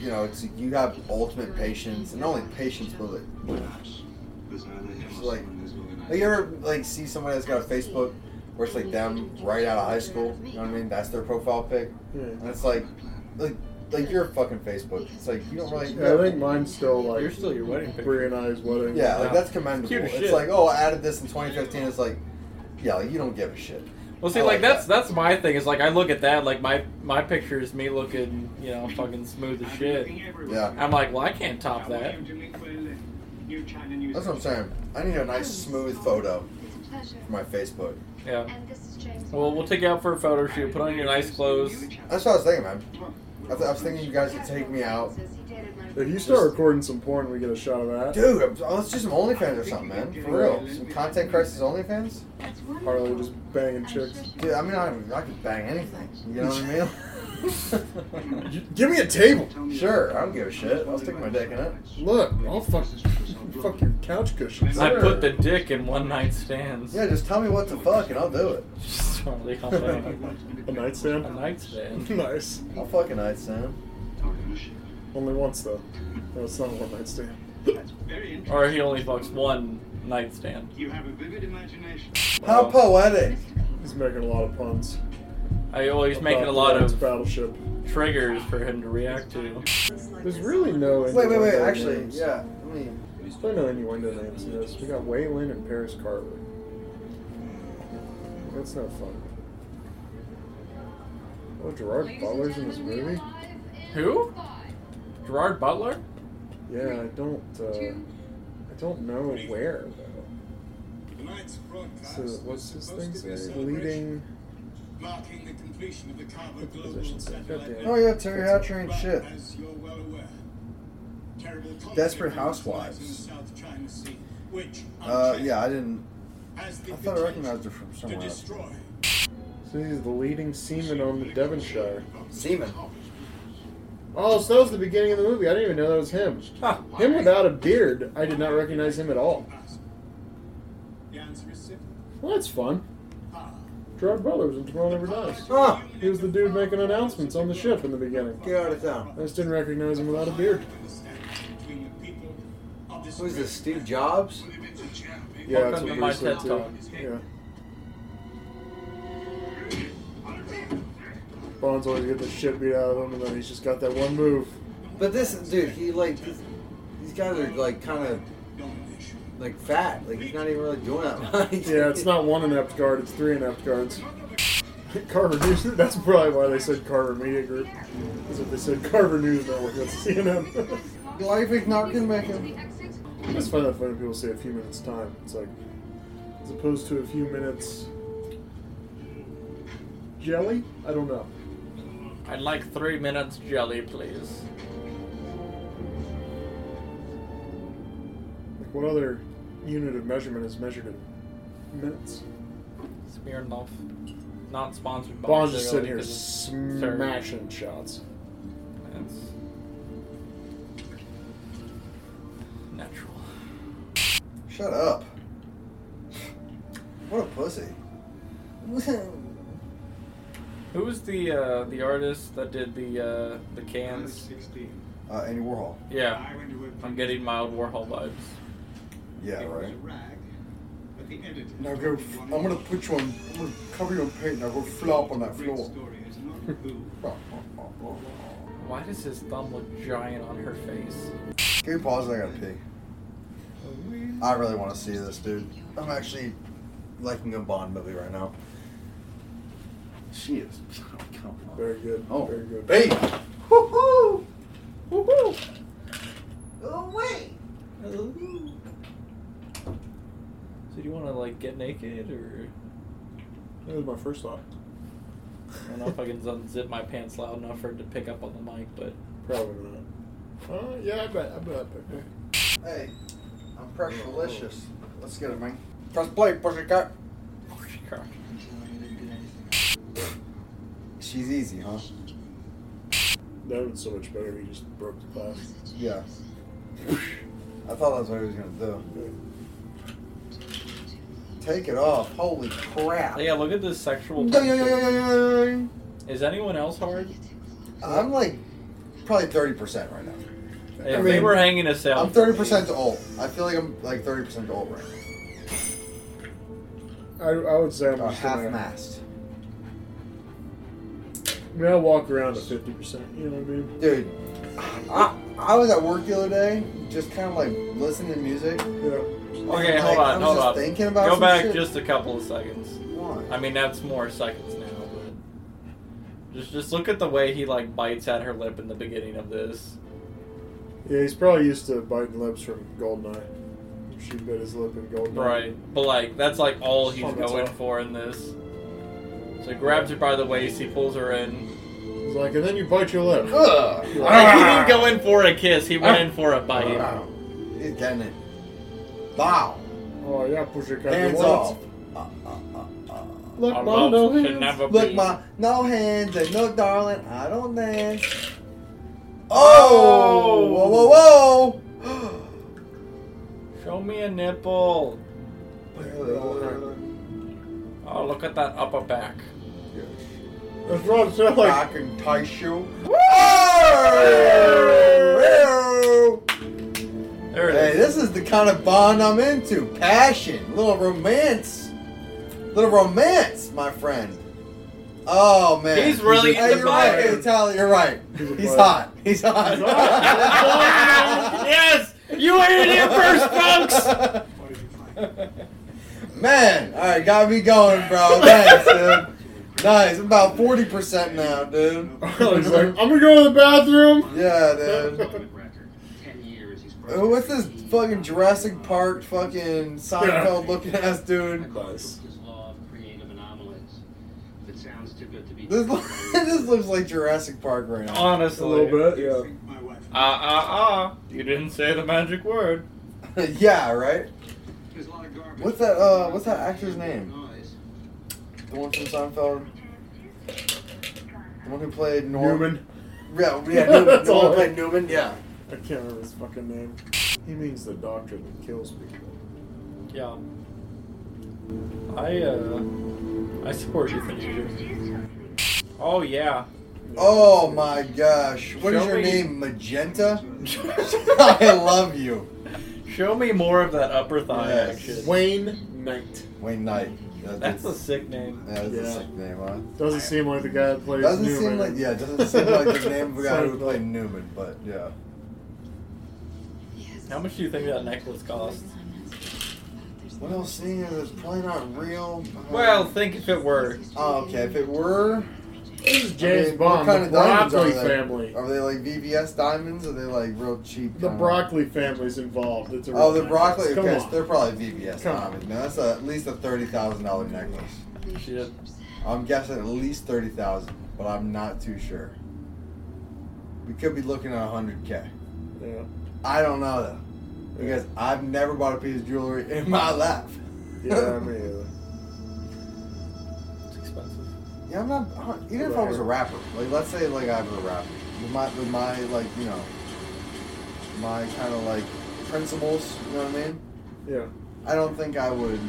Speaker 2: you know, it's you have ultimate patience, and not only patience, but like, like, like you ever like see somebody that's got a Facebook where it's like them right out of high school? You know what I mean? That's their profile pic,
Speaker 3: yeah.
Speaker 2: and it's like, like, like your fucking Facebook. It's like you don't really.
Speaker 3: Yeah, I think mine's still
Speaker 4: You're
Speaker 3: like
Speaker 4: still your wedding picture.
Speaker 3: Brie and I's wedding.
Speaker 2: Yeah, like
Speaker 4: Yeah.
Speaker 2: that's commendable.
Speaker 4: Cute as
Speaker 2: it's
Speaker 4: shit.
Speaker 2: like, oh, I added this in 2015. It's like, yeah, like, you don't give a shit.
Speaker 4: Well, see,
Speaker 2: I
Speaker 4: like
Speaker 2: like
Speaker 4: that's
Speaker 2: that.
Speaker 4: that's my thing. Is like I look at that, like my my picture is me looking, you know, fucking smooth as shit.
Speaker 2: Yeah.
Speaker 4: I'm like, well, I can't top that.
Speaker 2: That's what I'm saying. I need a nice smooth photo for my Facebook.
Speaker 4: Yeah. Well, we'll take you out for a photo shoot. Put on your nice clothes.
Speaker 2: That's what I was thinking, man. I, th- I was thinking you guys would take me out,
Speaker 3: If you start recording some porn, we get a shot of that.
Speaker 2: dude. I'm, oh, let's do some OnlyFans or something, man. For real, some content crisis OnlyFans.
Speaker 3: Harley just banging chicks.
Speaker 2: Dude, I mean, I, I could bang anything. You know what I
Speaker 3: Give me a table.
Speaker 2: mean? sure, I don't give a shit. I'll stick my dick in it.
Speaker 3: Look, I'll fuck, fuck your couch cushions.
Speaker 4: I put the dick in one night stands.
Speaker 2: Yeah, just tell me what to fuck and I'll do it.
Speaker 4: Just totally hung out.
Speaker 3: A nightstand.
Speaker 4: a nightstand.
Speaker 3: nice.
Speaker 2: I'll fucking night Sam.
Speaker 3: Only once though. No, it's not a one night stand.
Speaker 4: Or he only fucks one nightstand.
Speaker 5: You have a vivid imagination.
Speaker 2: How
Speaker 4: Wow.
Speaker 2: poetic.
Speaker 3: He's making a lot of puns.
Speaker 4: I always making a
Speaker 3: About
Speaker 4: lot
Speaker 3: Lawrence
Speaker 4: of
Speaker 3: battleship.
Speaker 4: triggers for him to react to.
Speaker 3: There's really no.
Speaker 2: Wait, wait, wait.
Speaker 3: innuendo
Speaker 2: Actually,
Speaker 3: names.
Speaker 2: yeah. Let me.
Speaker 3: There's really no innuendo names in this. We got Waylon and Paris Carver. That's no fun. Oh, Gerard Butler's in this movie.
Speaker 4: Who? Gerard Butler?
Speaker 3: Yeah, I don't. Uh, I don't know where though. So what's this thing say? Leading
Speaker 5: marking the completion of the Carver
Speaker 3: That's the
Speaker 5: Global
Speaker 3: position, so
Speaker 5: Satellite
Speaker 3: goddamn.
Speaker 2: Oh
Speaker 5: network.
Speaker 2: yeah, Terry Hatcher ain't
Speaker 5: But,
Speaker 2: shit.
Speaker 5: As you're well aware, terrible conflict
Speaker 2: Desperate
Speaker 5: is
Speaker 2: Housewives.
Speaker 5: rising in South China Sea, which,
Speaker 2: Uh,
Speaker 5: unchecked,
Speaker 2: yeah, I didn't.
Speaker 5: has the
Speaker 2: I thought I
Speaker 5: potential
Speaker 2: recognized her from
Speaker 5: to
Speaker 2: somewhere else.
Speaker 5: destroy
Speaker 3: So he's the leading seaman on the Devonshire.
Speaker 2: Seaman.
Speaker 3: Oh, so that was the beginning of the movie. I didn't even know that was him.
Speaker 2: Huh.
Speaker 3: Him without a beard, I did not recognize him at all.
Speaker 5: us. The answer is simple.
Speaker 3: Well, that's fun.
Speaker 5: Ah.
Speaker 3: Gerard Butler was in Tomorrow Never Dies.
Speaker 2: Ah,
Speaker 3: He was the dude making announcements on the ship in the beginning.
Speaker 2: Get out of town.
Speaker 3: I just didn't recognize him without a beard.
Speaker 2: Who is this, Steve Jobs?
Speaker 3: Yeah, that's
Speaker 4: Welcome
Speaker 3: what
Speaker 4: to
Speaker 3: he
Speaker 4: my
Speaker 3: was said
Speaker 4: TED
Speaker 3: too.
Speaker 4: Talk.
Speaker 3: Yeah. Bond's always get the shit beat out of him, and then he's just got that one move.
Speaker 2: But this dude, he like this, these guys are like kind of like fat. Like he's not even really doing that much.
Speaker 3: Yeah, it's not one inept guard; it's three inept guards. Carver News. That's probably why they said Carver Media Group. Is if they said Carver News Network, that's CNN.
Speaker 2: Life is not gonna make it.
Speaker 3: I just find that funny when people say a few minutes time. It's like, as opposed to a few minutes jelly. I don't know.
Speaker 4: I'd like three minutes jelly, please.
Speaker 3: Like, what other unit of measurement is measured in minutes?
Speaker 4: Smirnoff. Not sponsored by
Speaker 3: Bond's just sitting
Speaker 4: Jelly
Speaker 3: here
Speaker 4: 'cause it's served.
Speaker 3: smashing shots.
Speaker 4: That's natural.
Speaker 2: Shut up. What a pussy.
Speaker 4: Who was the uh, the artist that did the uh, the cans?
Speaker 2: uh, Andy Warhol.
Speaker 4: Yeah, I'm getting mild Warhol vibes.
Speaker 2: Yeah,
Speaker 5: It was
Speaker 2: right.
Speaker 5: a rag, but the editor
Speaker 2: Now go. f- I'm gonna put you on. I'm gonna cover you in paint. Now go flop on that floor. Oh,
Speaker 5: Story is not who.
Speaker 4: Why does his thumb look giant on her face?
Speaker 2: Can we pause? I gotta pee. I really want to see this, dude. I'm actually liking a Bond movie right now. She is. Oh, come on.
Speaker 3: Very good.
Speaker 2: Oh,
Speaker 3: Very good.
Speaker 2: Babe. Woohoo! Woohoo! Oh wait.
Speaker 4: So do you want to like get naked or?
Speaker 3: That was my first thought.
Speaker 4: I don't know if I can unzip my pants loud enough for it to pick up on the mic, but
Speaker 3: Probably not. Uh, yeah, I bet. I bet. I bet.
Speaker 2: Hey, I'm pressure delicious. Let's get it, man. Press play, push your cut. She's easy, huh?
Speaker 3: That would so much better if you just broke the glass.
Speaker 2: Yeah. I thought that's what he was gonna do. Take it off. Holy crap.
Speaker 4: yeah, look at this sexual.
Speaker 2: Ding.
Speaker 4: Is anyone else hard?
Speaker 2: I'm like probably 30% right now.
Speaker 4: If they
Speaker 3: mean,
Speaker 4: were hanging us out,
Speaker 2: I'm 30% to old. I feel like I'm like 30% to old right now.
Speaker 3: I, I would say I'm
Speaker 2: Or
Speaker 3: just
Speaker 2: half
Speaker 3: gonna,
Speaker 2: mast.
Speaker 3: I mean, I walk around at fifty percent. You know what I mean?
Speaker 2: Dude, I, I was at work the other day, just kind of like listening to music.
Speaker 3: Yeah.
Speaker 4: Okay,
Speaker 2: And,
Speaker 4: hold
Speaker 2: like,
Speaker 4: on,
Speaker 2: I was
Speaker 4: hold
Speaker 2: just
Speaker 4: on.
Speaker 2: Thinking about
Speaker 4: Go
Speaker 2: some
Speaker 4: back
Speaker 2: shit.
Speaker 4: just a couple of seconds.
Speaker 2: Why?
Speaker 4: I mean, that's more seconds now, but just just look at the way he like bites at her lip in the beginning of this.
Speaker 3: Yeah, he's probably used to biting lips from Goldeneye. She bit his lip in Goldeneye.
Speaker 4: Right, but like that's like all he's
Speaker 3: Fuck, that's
Speaker 4: going
Speaker 3: all.
Speaker 4: for in this. So he grabs her by the waist, he pulls her in.
Speaker 3: He's like, and then you bite your lip.
Speaker 2: Ugh.
Speaker 4: Like, he didn't go in for a kiss, he went in for a bite.
Speaker 2: Wow. It done it. Wow.
Speaker 3: Oh yeah, push your kind
Speaker 2: Hands off. Uh, uh, uh, uh.
Speaker 3: Look,
Speaker 4: Our
Speaker 3: mom, no
Speaker 4: love should
Speaker 3: hands.
Speaker 4: never be.
Speaker 2: Look, ma, no hands and no darling, I don't dance. Oh! Whoa, whoa,
Speaker 4: Show me a nipple.
Speaker 2: whoa!
Speaker 4: Oh, look at that upper back.
Speaker 3: That's what I'm saying.
Speaker 2: I
Speaker 3: Like,
Speaker 2: can touch you.
Speaker 4: There it is.
Speaker 2: Hey, this is the kind of bond I'm into. Passion, little romance, little romance, my friend. Oh man,
Speaker 4: He's really
Speaker 2: hey,
Speaker 4: into
Speaker 2: you're right,
Speaker 4: fire.
Speaker 2: Italian. You're right.
Speaker 3: He's a
Speaker 2: He's
Speaker 3: player.
Speaker 2: hot. He's hot.
Speaker 3: He's hot.
Speaker 4: yes! You heard it here first, folks!
Speaker 5: What did you find?
Speaker 2: Man, all right, got me going, bro. Thanks, dude. Nice. I'm about forty percent now, dude.
Speaker 3: he's like, I'm gonna go to the bathroom.
Speaker 2: Yeah, dude.
Speaker 6: record. Ten years he's
Speaker 2: Uh, What's this fucking Jurassic Park fucking Seinfeld looking ass dude?
Speaker 6: His law of creative anomalies. It sounds too good to be.
Speaker 2: This, lo- this looks like Jurassic Park right now.
Speaker 4: Honestly.
Speaker 3: A little bit, yeah.
Speaker 1: Think My wife.
Speaker 4: Ah, ah, ah. You didn't say the magic word.
Speaker 2: yeah, right?
Speaker 6: There's a lot of garbage.
Speaker 2: What's that, uh, what's that actor's name?
Speaker 6: Noise.
Speaker 2: The one from Seinfeld? The one who played Norm?
Speaker 3: Newman.
Speaker 2: Yeah, yeah, Newman.
Speaker 3: That's
Speaker 2: the one
Speaker 3: all.
Speaker 2: who played Newman, yeah.
Speaker 3: I can't remember his fucking name. He means the doctor that kills people.
Speaker 4: Yeah. I, uh. I support euthanasia. Oh, yeah.
Speaker 2: Oh my gosh. What is
Speaker 4: Show
Speaker 2: your
Speaker 4: me-
Speaker 2: name? Magenta? I love you.
Speaker 4: Show me more of that upper thigh
Speaker 2: Yes.
Speaker 4: action.
Speaker 3: Wayne Knight.
Speaker 2: Wayne Knight.
Speaker 4: That's a sick name.
Speaker 2: yeah, that's
Speaker 3: Yeah.
Speaker 2: a sick name, huh?
Speaker 3: Doesn't seem like the guy that plays
Speaker 2: Doesn't
Speaker 3: Newman.
Speaker 2: seem like yeah, it doesn't seem like the name of a guy who
Speaker 3: Seinfeld.
Speaker 2: played Newman, but yeah.
Speaker 4: How much do you think that necklace costs?
Speaker 2: What else seeing is it's probably not real. Uh,
Speaker 4: Well, think if it were.
Speaker 2: oh, okay, if it were
Speaker 3: This is
Speaker 2: I
Speaker 3: James
Speaker 2: mean,
Speaker 3: Bond,
Speaker 2: what kind
Speaker 3: the
Speaker 2: of diamonds
Speaker 3: Broccoli
Speaker 2: are they?
Speaker 3: family.
Speaker 2: Are they like VBS diamonds? Are they like real cheap?
Speaker 3: The
Speaker 2: kinda-
Speaker 3: Broccoli family's involved. It's a
Speaker 2: Oh, the
Speaker 3: real-
Speaker 2: broccoli.
Speaker 3: Come
Speaker 2: Okay, so
Speaker 3: on.
Speaker 2: they're probably VBS
Speaker 3: Come on.
Speaker 2: diamonds. Man, that's a, at least a thirty thousand dollar necklace.
Speaker 4: Shit.
Speaker 2: I'm guessing at least thirty thousand, but I'm not too sure. We could be looking at hundred k.
Speaker 3: Yeah.
Speaker 2: I don't know though, because I've never bought a piece of jewelry in my life.
Speaker 3: Yeah, I mean,
Speaker 4: It's expensive.
Speaker 2: Yeah, I'm not. I don't- Even if I was a rapper, like let's say like I were a rapper with my with my like you know my kind of like principles. You know what I mean?
Speaker 3: yeah,
Speaker 2: I don't think I would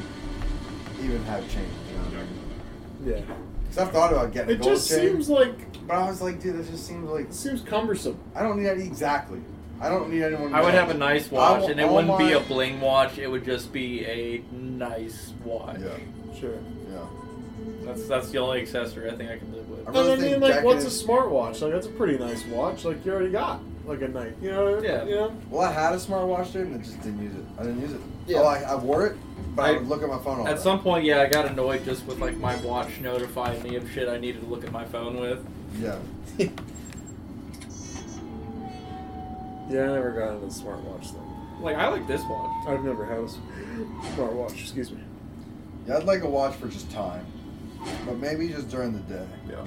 Speaker 2: even have change. You know what I mean?
Speaker 3: yeah.
Speaker 2: Because I've thought about getting a
Speaker 3: It
Speaker 2: gold
Speaker 3: just
Speaker 2: chain,
Speaker 3: seems like
Speaker 2: but I was like, dude, this just seems like
Speaker 3: it seems cumbersome.
Speaker 2: I don't need any exactly. I don't need anyone. to
Speaker 4: I would
Speaker 2: know.
Speaker 4: have a nice
Speaker 2: I
Speaker 4: watch,
Speaker 2: want
Speaker 4: and it
Speaker 2: all
Speaker 4: wouldn't be
Speaker 2: my-
Speaker 4: a bling watch. It would just be a nice watch.
Speaker 2: Yeah,
Speaker 3: Sure.
Speaker 2: yeah.
Speaker 4: That's that's the only accessory I think I can live with.
Speaker 2: I
Speaker 3: But I
Speaker 2: really
Speaker 3: mean,
Speaker 2: think
Speaker 3: like,
Speaker 2: Jack
Speaker 3: what's a
Speaker 2: is-
Speaker 3: smartwatch? Like, that's a pretty nice watch. Like, you already got like a night. You know?
Speaker 4: Yeah.
Speaker 3: You know?
Speaker 2: Well, I had a smartwatch, dude, and I just didn't use it. I didn't use it.
Speaker 3: Yeah.
Speaker 2: Oh, I, I wore it, but I,
Speaker 4: I-
Speaker 2: would look at my phone all
Speaker 4: At
Speaker 2: day.
Speaker 4: some point, yeah, I got annoyed just with like my watch notifying me of shit I needed to look at my phone with.
Speaker 2: Yeah.
Speaker 3: Yeah, I never got into the smartwatch thing.
Speaker 4: Like I like this watch.
Speaker 3: I've never had a s- smartwatch. Excuse me.
Speaker 2: Yeah, I'd like a watch for just time, but maybe just during the day.
Speaker 4: Yeah.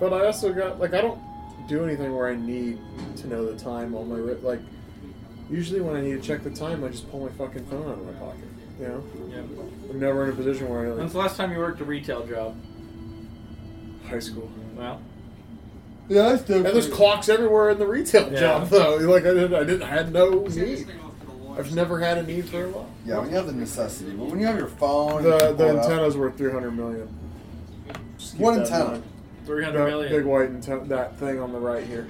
Speaker 3: But I also got like I don't do anything where I need to know the time on my wrist. Like usually when I need to check the time, I just pull my fucking phone out of my pocket. You know,
Speaker 4: Yeah.
Speaker 3: I'm never in a position where I
Speaker 4: When's
Speaker 3: like
Speaker 4: the last time you worked a retail job?
Speaker 3: high school.
Speaker 4: Well,
Speaker 2: Yeah, that's
Speaker 3: And
Speaker 2: different.
Speaker 3: there's clocks everywhere in the retail
Speaker 4: Yeah.
Speaker 3: job though. Like I didn't, I didn't, I had no
Speaker 5: Send this
Speaker 3: need.
Speaker 5: thing off to the lawyer.
Speaker 3: I've never had a need for a lot.
Speaker 2: Yeah, when you have the necessity, but when you have your phone, you
Speaker 3: The
Speaker 2: can pull
Speaker 3: the
Speaker 2: it out.
Speaker 3: antenna's worth three hundred million. Just keep
Speaker 2: One
Speaker 3: that in
Speaker 2: antenna.
Speaker 3: mind.
Speaker 4: three hundred
Speaker 3: That big
Speaker 4: million.
Speaker 3: white antenna, that thing on the right here.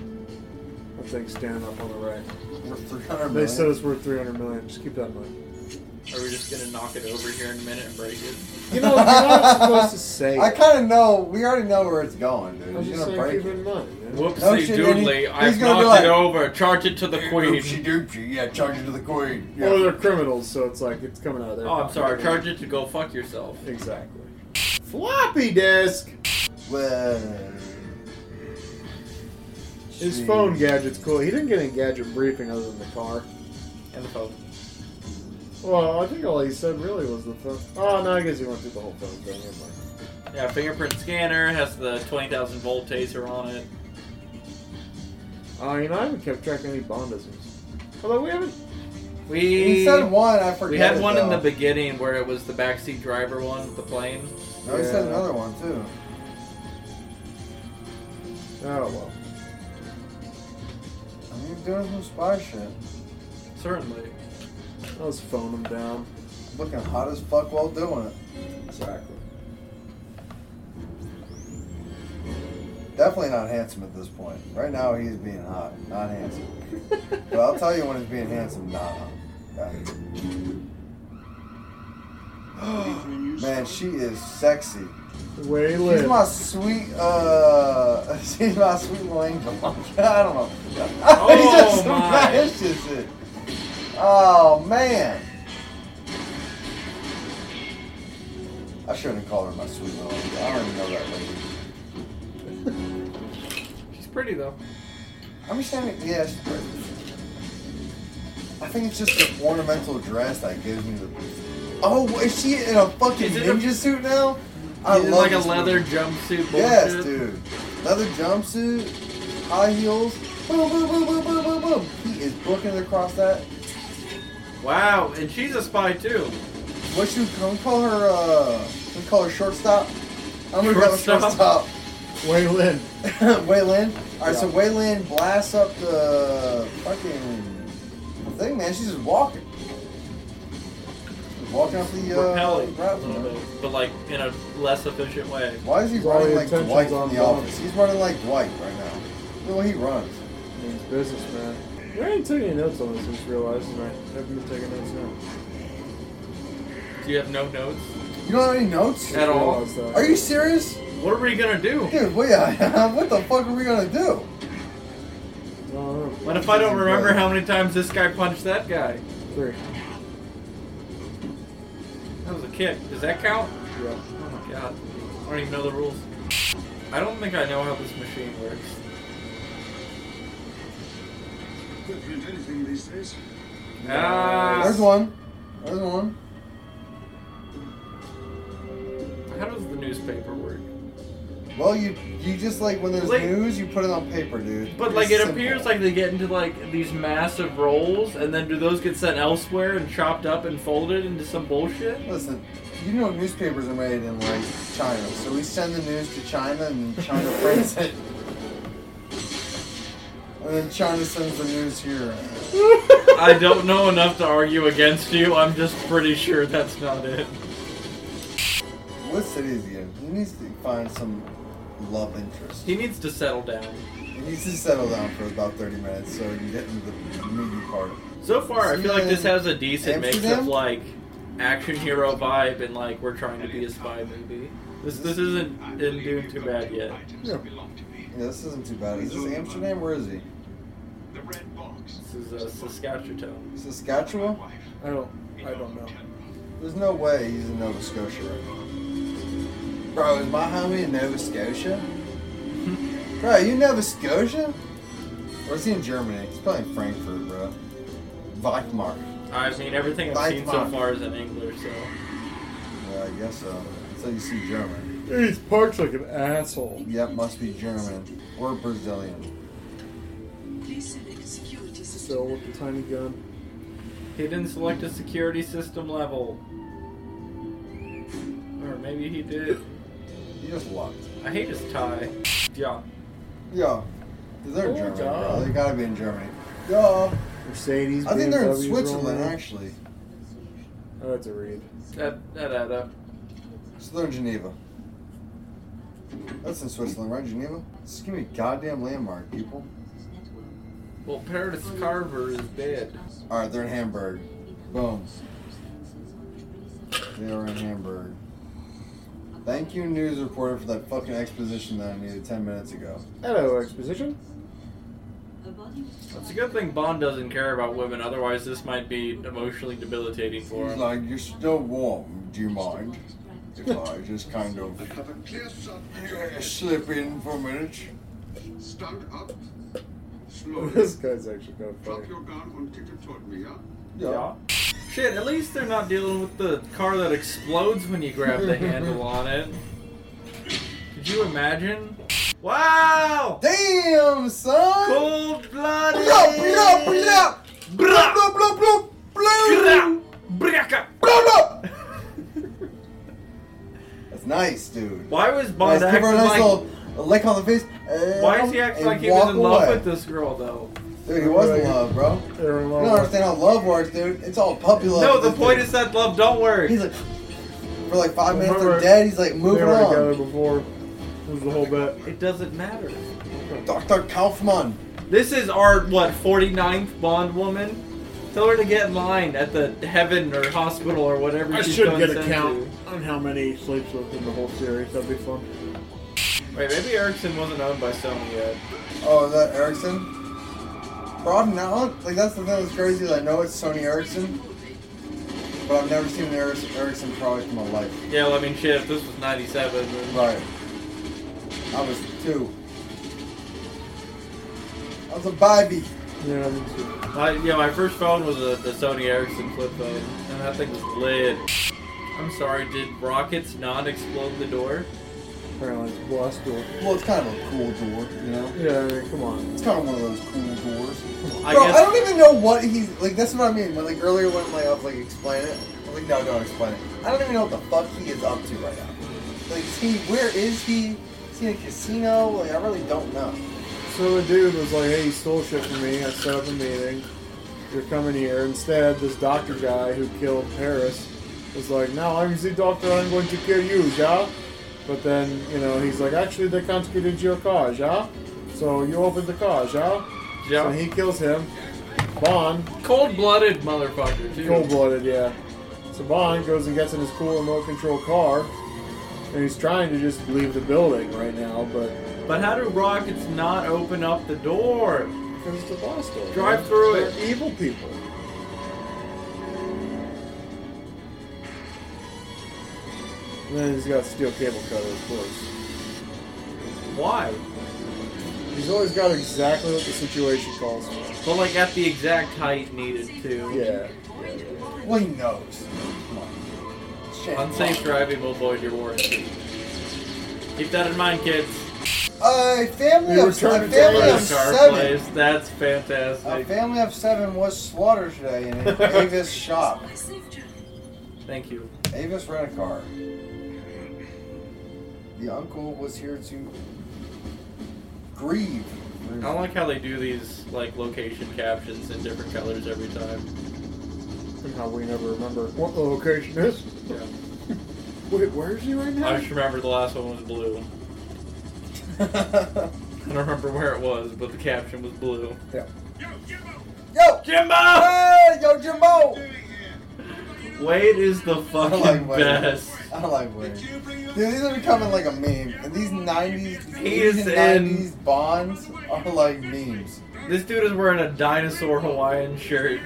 Speaker 3: That thing standing up on the right.
Speaker 2: worth 300
Speaker 3: They
Speaker 2: million.
Speaker 3: said it's worth three hundred million. Just keep that in mind.
Speaker 4: Are we just gonna knock it over here in a minute and break it?
Speaker 3: You know, you're not supposed to say.
Speaker 2: I
Speaker 3: it.
Speaker 2: kind of know. We already know where it's going, dude.
Speaker 3: I was
Speaker 2: You're
Speaker 3: just
Speaker 2: gonna
Speaker 3: saying,
Speaker 2: break
Speaker 3: keep it
Speaker 2: it.
Speaker 3: in mind. you know?
Speaker 4: Whoopsie
Speaker 2: Oh, shit, and
Speaker 4: doodly!
Speaker 2: he-
Speaker 4: I've
Speaker 2: he's gonna
Speaker 4: knocked
Speaker 2: be
Speaker 4: it
Speaker 2: like-
Speaker 4: over. Charge it to the
Speaker 2: Oopsie
Speaker 4: queen.
Speaker 2: doopsie. Yeah, charge it to the queen. Yeah.
Speaker 3: Or they're criminals, so it's like it's coming out of there.
Speaker 4: Oh, I'm sorry. Charge it to go fuck yourself.
Speaker 3: Exactly. Floppy disk.
Speaker 2: Well,
Speaker 3: His
Speaker 2: jeez.
Speaker 3: phone gadget's cool. He didn't get any gadget briefing other than the car.
Speaker 4: And the phone.
Speaker 3: Well, I think all he said really was the phone. Oh no, I guess he went through the whole phone thing. Never mind.
Speaker 4: Yeah, fingerprint scanner has the twenty thousand volt taser on it.
Speaker 3: Oh, you know, I haven't kept track of any bondisms. Although we haven't.
Speaker 4: We
Speaker 2: He said one. I forget.
Speaker 4: we had
Speaker 2: it,
Speaker 4: one in the
Speaker 2: though.
Speaker 4: beginning where it was the backseat driver one, with the plane.
Speaker 2: No, he said
Speaker 3: Yeah.
Speaker 2: another one too.
Speaker 3: Oh well.
Speaker 2: I mean, he's doing some spy shit.
Speaker 4: Certainly.
Speaker 3: I'll just phone him down.
Speaker 2: Looking hot as fuck while doing it. Exactly. Definitely not handsome at this point. Right now, he's being hot, not handsome. but I'll tell you when he's being handsome, not hot. Yeah. Man, she is sexy.
Speaker 3: Way
Speaker 2: She's
Speaker 3: later.
Speaker 2: my sweet, uh, she's my sweet Lane I don't know.
Speaker 4: Oh,
Speaker 2: He just
Speaker 4: my.
Speaker 2: smashed his shit. Oh man. I shouldn't have called her my sweet Lane. I don't even know that lady.
Speaker 4: She's pretty though.
Speaker 2: I'm just saying, yeah, she's pretty. I think it's just the ornamental dress that gives me the. Oh, is she in a fucking
Speaker 4: She's in a-
Speaker 2: ninja suit now? I
Speaker 4: He's in,
Speaker 2: love
Speaker 4: like a
Speaker 2: this
Speaker 4: leather
Speaker 2: movie.
Speaker 4: jumpsuit. Bullshit.
Speaker 2: Yes, dude. Leather jumpsuit, high heels. Boom, boom, boom, boom, boom, boom, boom. He is booking it across that.
Speaker 4: Wow, and she's a spy too.
Speaker 2: What you can we call her? Uh, can we call her shortstop. I'm gonna call her
Speaker 4: Shortstop.
Speaker 2: shortstop.
Speaker 3: Way Lin.
Speaker 2: Waylon. All right, so
Speaker 3: Yeah.
Speaker 2: Waylon blasts up the fucking thing, man. She's just walking, She's walking up the uh,
Speaker 4: Repelling a
Speaker 2: route,
Speaker 4: little
Speaker 2: man.
Speaker 4: bit, but like in a less efficient way.
Speaker 2: Why is he
Speaker 3: Well,
Speaker 2: running
Speaker 3: the
Speaker 2: like
Speaker 3: attention's
Speaker 2: Dwight
Speaker 3: on
Speaker 2: in the
Speaker 3: Bond.
Speaker 2: office? He's running like Dwight right now. The way he runs.
Speaker 3: Means business, man. You ain't taking notes on this, I just realized, and I haven't been taking notes now.
Speaker 4: Do you have no notes?
Speaker 2: You don't have any notes?
Speaker 4: At all.
Speaker 3: Realized that.
Speaker 2: Are you serious?
Speaker 4: What are we gonna do?
Speaker 2: Dude, what, yeah, what the fuck are we gonna do?
Speaker 3: No, no,
Speaker 4: What if I don't remember how many times this guy punched that guy?
Speaker 3: Three.
Speaker 4: That was a kick. Does that count?
Speaker 3: Yeah.
Speaker 4: Oh my god. I don't even know the rules. I don't think I know how this machine works.
Speaker 1: Could print anything these days.
Speaker 4: Ah.
Speaker 2: There's one. There's one.
Speaker 4: How does the newspaper work?
Speaker 2: Well, you you just like when there's
Speaker 4: Like-
Speaker 2: news, you put it on paper, dude.
Speaker 4: But
Speaker 2: It's
Speaker 4: like it
Speaker 2: simple.
Speaker 4: appears like they get into like these massive rolls, and then do those get sent elsewhere and chopped up and folded into some bullshit?
Speaker 2: Listen, you know newspapers are made in like China, so we send the news to China and China prints it. And then China sends the news here.
Speaker 4: I don't know enough to argue against you. I'm just pretty sure that's not it.
Speaker 2: What city is he in? He needs to find some love interest.
Speaker 4: He needs to settle down.
Speaker 2: He needs to settle down for about 30 minutes so we can get into the meaty part.
Speaker 4: So far, I feel like this has a decent mix
Speaker 2: Amsterdam?
Speaker 4: of like action hero vibe and like we're trying to be a spy movie. This this isn't
Speaker 6: I
Speaker 4: isn't
Speaker 6: believe
Speaker 4: doing
Speaker 6: you've
Speaker 4: too
Speaker 6: got
Speaker 4: bad
Speaker 6: two
Speaker 4: yet.
Speaker 6: items that belong to me.
Speaker 2: Yeah, this isn't too bad. Is this Amsterdam? Where is he?
Speaker 6: The red box.
Speaker 4: This is uh, Saskatchewan.
Speaker 2: Saskatchewan?
Speaker 6: Wife.
Speaker 3: I don't. I don't know.
Speaker 2: There's no way he's in Nova Scotia right now. Bro, is my homie in Nova Scotia? bro, you Nova Scotia? Or is he in Germany? He's probably in Frankfurt, bro. Weimar.
Speaker 4: I mean, everything I've seen so far is in English, so
Speaker 2: Yeah, I guess so. So you see German.
Speaker 3: He's parked like an asshole.
Speaker 2: Yep, must be German. Or Brazilian.
Speaker 5: Please select security system.
Speaker 3: Still with the tiny gun.
Speaker 4: he didn't select a security system level, or maybe he did.
Speaker 2: You just lucked.
Speaker 4: I hate his tie. Yeah.
Speaker 2: Yeah. They're in
Speaker 3: Oh,
Speaker 2: Germany, bro.
Speaker 3: God.
Speaker 2: They gotta be in Germany. Yeah.
Speaker 3: Mercedes.
Speaker 2: Uh, I think they're in
Speaker 3: BMWs,
Speaker 2: Switzerland,
Speaker 3: Roman.
Speaker 2: actually.
Speaker 3: Oh, that's a read.
Speaker 4: That that add up.
Speaker 2: So they're in Geneva. That's in Switzerland, right? Geneva? Just give me a goddamn landmark, people.
Speaker 4: Well, Paris Carver is dead.
Speaker 2: Alright, they're in Hamburg. Boom. They are in Hamburg. Thank you, news reporter, for that fucking exposition that I needed 10 minutes ago.
Speaker 3: Hello, exposition.
Speaker 4: It's a good thing Bond doesn't care about women, otherwise this might be emotionally debilitating for
Speaker 2: He's
Speaker 4: him.
Speaker 2: like, you're still warm. Do you mind? If I just kind of
Speaker 1: Have a clear shot.
Speaker 2: slip in for a minute.
Speaker 1: Stand up.
Speaker 3: this
Speaker 1: Slowly.
Speaker 3: guy's actually kind of funny.
Speaker 1: Drop your gun and kick it toward me, yeah?
Speaker 4: Yeah. Shit, at least they're not dealing with the car that explodes when you grab the handle on it. Could you imagine? Wow!
Speaker 2: Damn, son!
Speaker 4: Cold blooded!
Speaker 2: Blah, blah, blah. Blah, blah, blah, blah, blah. Blah, blah. That's nice, dude.
Speaker 4: Why was Bond
Speaker 2: Nice. Give
Speaker 4: acting
Speaker 2: her a nice
Speaker 4: like...
Speaker 2: little a lick on the face. and-
Speaker 4: Why is he acting
Speaker 2: and
Speaker 4: like he was
Speaker 2: walk
Speaker 4: in love
Speaker 2: away.
Speaker 4: with this girl, though?
Speaker 2: Dude, he was in love, bro.
Speaker 3: They're in
Speaker 2: You don't
Speaker 3: love.
Speaker 2: understand how love works, dude. It's all puppy love.
Speaker 4: No,
Speaker 2: with
Speaker 4: the
Speaker 2: this
Speaker 4: point
Speaker 2: dude.
Speaker 4: is that love don't work.
Speaker 2: He's like, for like five minutes, they're
Speaker 3: Remember,
Speaker 2: dead. He's like,
Speaker 3: They
Speaker 2: moving
Speaker 3: were together
Speaker 2: on.
Speaker 3: before. It was the whole bet.
Speaker 4: It doesn't matter.
Speaker 2: Dr. Kaufman.
Speaker 4: This is our what 49th Bond woman. Tell her to get in line at the heaven or hospital or whatever.
Speaker 3: I
Speaker 4: she's
Speaker 3: should
Speaker 4: going
Speaker 3: get a
Speaker 4: sent
Speaker 3: count on how many he sleeps with in the whole series. That'd be fun.
Speaker 4: to. Wait, maybe Erickson wasn't owned by Sony yet.
Speaker 2: Oh, is that Erickson? Broad now? Like, that's the thing that's crazy is I know it's Sony Ericsson, but I've never seen an Eric- Ericsson product in my life.
Speaker 4: Yeah, well, I mean, shit. If this was '97, then
Speaker 2: Right. I was two. I was a baby.
Speaker 3: Yeah, me too.
Speaker 4: my yeah, my first phone was a the Sony Ericsson flip phone, and that thing was lit. I'm sorry, did rockets not explode the door?
Speaker 3: Apparently it's blast door.
Speaker 2: Well, it's kind of a cool door, you know.
Speaker 3: Yeah, I mean, come on.
Speaker 2: It's kind of one of those cool doors.
Speaker 4: I
Speaker 2: Bro,
Speaker 4: guess
Speaker 2: I don't even know what he's like. That's what I mean. When like earlier when like, I was like explain it, I was like, no, don't explain it. I don't even know what the fuck he is up to right now. Like, is he? Where is he? Is he in a casino? Like, I really don't know.
Speaker 3: So the dude was like, hey, you stole shit from me. I set up a meeting. You're coming here. Instead, this doctor guy who killed Paris was like, no, I'm the doctor. I'm going to kill you, yeah? But then, you know, he's like, actually, they confiscated your car, yeah? So you opened the car, yeah?
Speaker 4: Yeah.
Speaker 3: So he kills him. Bond,
Speaker 4: cold-blooded motherfucker too.
Speaker 3: cold blooded, yeah. So Bond goes and gets in his cool remote control car. And he's trying to just leave the building right now, but
Speaker 4: But how do rockets not open up the door?
Speaker 3: Because it's a boss door.
Speaker 4: Drive through
Speaker 3: They're
Speaker 4: it.
Speaker 3: evil people. And then he's got steel cable cutter, of course.
Speaker 4: Why?
Speaker 3: He's always got exactly what the situation calls for.
Speaker 4: But like at the exact height needed to.
Speaker 3: Yeah.
Speaker 2: Well, he knows. Come on. It's Shane
Speaker 4: Unsafe
Speaker 2: Bond.
Speaker 4: driving will void your warranty. Keep that in mind, kids.
Speaker 2: A family
Speaker 3: We
Speaker 2: of
Speaker 3: returned
Speaker 2: a
Speaker 3: to
Speaker 2: family of
Speaker 3: Yes,
Speaker 4: Car
Speaker 2: seven.
Speaker 4: place. That's
Speaker 2: A
Speaker 4: fantastic.
Speaker 2: family of seven was slaughtered today in Avis shop.
Speaker 4: Thank you.
Speaker 2: Avis rent a car. The uncle was here to grieve.
Speaker 4: I don't like how they do these like location captions in different colors every time.
Speaker 3: Somehow we never remember what the location is.
Speaker 4: Yeah.
Speaker 3: Wait, where is he right now?
Speaker 4: I just remember the last one was blue. I don't remember where it was, but the caption was blue.
Speaker 3: yeah.
Speaker 2: Yo!
Speaker 4: Jimbo!
Speaker 2: Hey, yo, Jimbo!
Speaker 4: Wade is the fucking
Speaker 2: like Wade.
Speaker 4: best.
Speaker 2: I don't like Wayne. Dude, these are becoming like a meme. And these 90s, these
Speaker 4: He is
Speaker 2: 80s
Speaker 4: in-
Speaker 2: and 90s bonds are like memes.
Speaker 4: This dude is wearing a dinosaur Hawaiian shirt.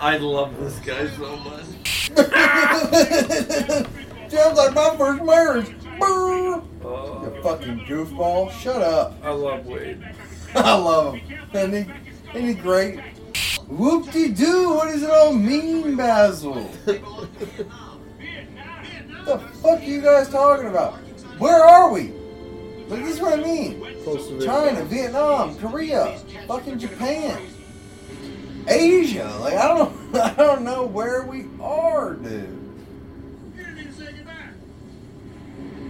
Speaker 4: I love this guy so much.
Speaker 2: Sounds like my first marriage. Brr.
Speaker 4: Oh,
Speaker 2: You fucking goofball. Shut up.
Speaker 4: I love Wade.
Speaker 2: I love him. Isn't he, isn't he great? Whoop de doo, what does it all mean, Basil? what the fuck are you guys talking about? Where are we? Like, this is what I mean.
Speaker 3: Close to the
Speaker 2: China, Vietnam, Korea, fucking Japan, Asia. Like, I don't, I don't know where we are, dude.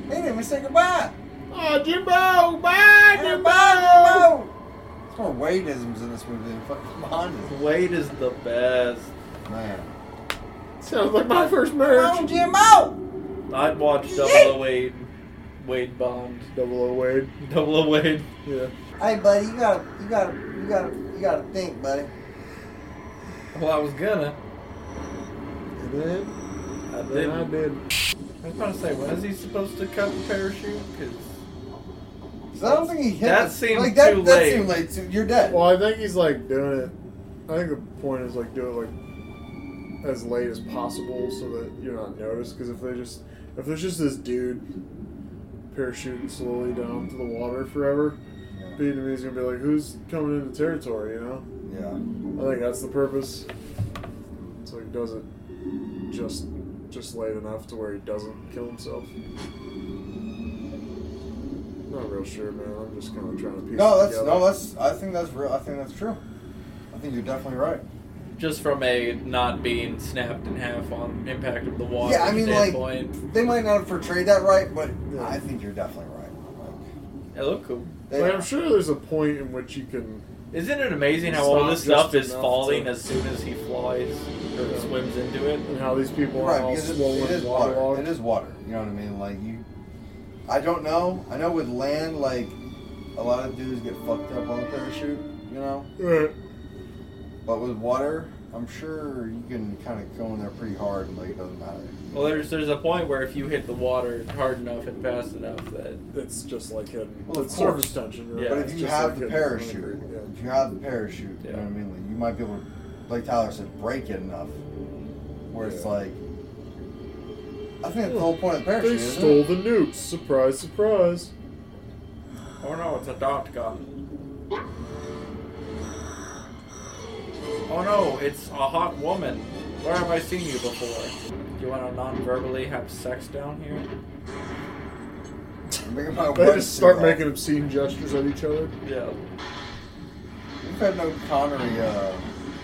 Speaker 2: They didn't even say goodbye.
Speaker 3: Oh, Jimbo! Bye, Jimbo!
Speaker 2: Hello. There's more Wadeisms in this movie than fucking Bondisms.
Speaker 4: Wade is the best.
Speaker 2: Man.
Speaker 3: Sounds like my first marriage.
Speaker 2: Jimbo!
Speaker 4: I'd watch Double O Wade. Wade Bond.
Speaker 3: Double O Wade.
Speaker 4: Double O Wade.
Speaker 3: Yeah.
Speaker 2: Hey, buddy, you gotta, you gotta, you gotta, you gotta think, buddy.
Speaker 4: Well, I was gonna.
Speaker 3: And then,
Speaker 4: I
Speaker 3: then I
Speaker 4: didn't.
Speaker 3: did.
Speaker 4: I was about to say, when is he supposed to cut the parachute? Because
Speaker 2: Cause I don't think he hit.
Speaker 4: That
Speaker 2: the-
Speaker 4: seemed
Speaker 2: like that,
Speaker 4: too
Speaker 2: that
Speaker 4: late.
Speaker 2: seemed late. Too. You're dead.
Speaker 3: Well, I think he's like doing it. I think the point is like do it like as late as possible so that you're not noticed. Because if they just if there's just this dude parachuting slowly down to the water forever, Vietnamese gonna be like, who's coming into territory? You know.
Speaker 2: yeah.
Speaker 3: I think that's the purpose. So he does it just just late enough to where he doesn't kill himself. Not real sure, man. I'm just kind of trying to piece
Speaker 2: No,
Speaker 3: it
Speaker 2: that's
Speaker 3: together.
Speaker 2: no, that's. I think that's real. I think that's true. I think you're definitely right.
Speaker 4: just from a not being snapped in half on impact of the water
Speaker 2: Yeah, I mean, like-
Speaker 4: standpoint,
Speaker 2: They might not have portrayed that right, but
Speaker 3: Yeah.
Speaker 2: I think you're definitely right. Like,
Speaker 4: it looked cool.
Speaker 2: they-
Speaker 3: Like, I'm sure there's a point in which you can.
Speaker 4: Isn't it amazing how
Speaker 3: It's
Speaker 4: all
Speaker 3: not
Speaker 4: this
Speaker 3: just
Speaker 4: stuff is
Speaker 3: enough to-
Speaker 4: falling as soon as he flies or
Speaker 3: Yeah.
Speaker 4: swims into it?
Speaker 3: And how these people are
Speaker 2: Right,
Speaker 3: all
Speaker 2: because it, it
Speaker 3: swollen
Speaker 2: is
Speaker 3: and
Speaker 2: water. It
Speaker 3: waterlogged.
Speaker 2: is water. You know what I mean? Like you, I don't know. I know with land, like a lot of dudes get fucked up on the parachute. You know,
Speaker 3: Right.
Speaker 2: but with water, I'm sure you can kind of go in there pretty hard and like it doesn't matter.
Speaker 4: Well, there's there's a point where if you hit the water hard enough and fast enough that
Speaker 3: It's just like hidden.
Speaker 2: Well, of
Speaker 3: it's
Speaker 2: course.
Speaker 3: surface tension.
Speaker 4: Yeah,
Speaker 2: but
Speaker 4: it's
Speaker 2: if you have the parachute, if you have the parachute, you know
Speaker 4: Yeah.
Speaker 2: what I mean. Like you might be able, to, like Tyler said, break it enough where it's
Speaker 3: Yeah.
Speaker 2: like. I think that's the whole point of the parachute.
Speaker 3: They
Speaker 2: isn't it?
Speaker 3: stole the nukes. Surprise, surprise.
Speaker 4: oh no, it's a dot gun. Oh no, it's a hot woman. Where have I seen you before? You want to non-verbally have sex down here?
Speaker 2: I'm making my
Speaker 3: They
Speaker 2: wet
Speaker 3: just start
Speaker 2: suit
Speaker 3: making
Speaker 2: up.
Speaker 3: obscene gestures at each other.
Speaker 4: Yeah.
Speaker 2: We've had no Connery, uh,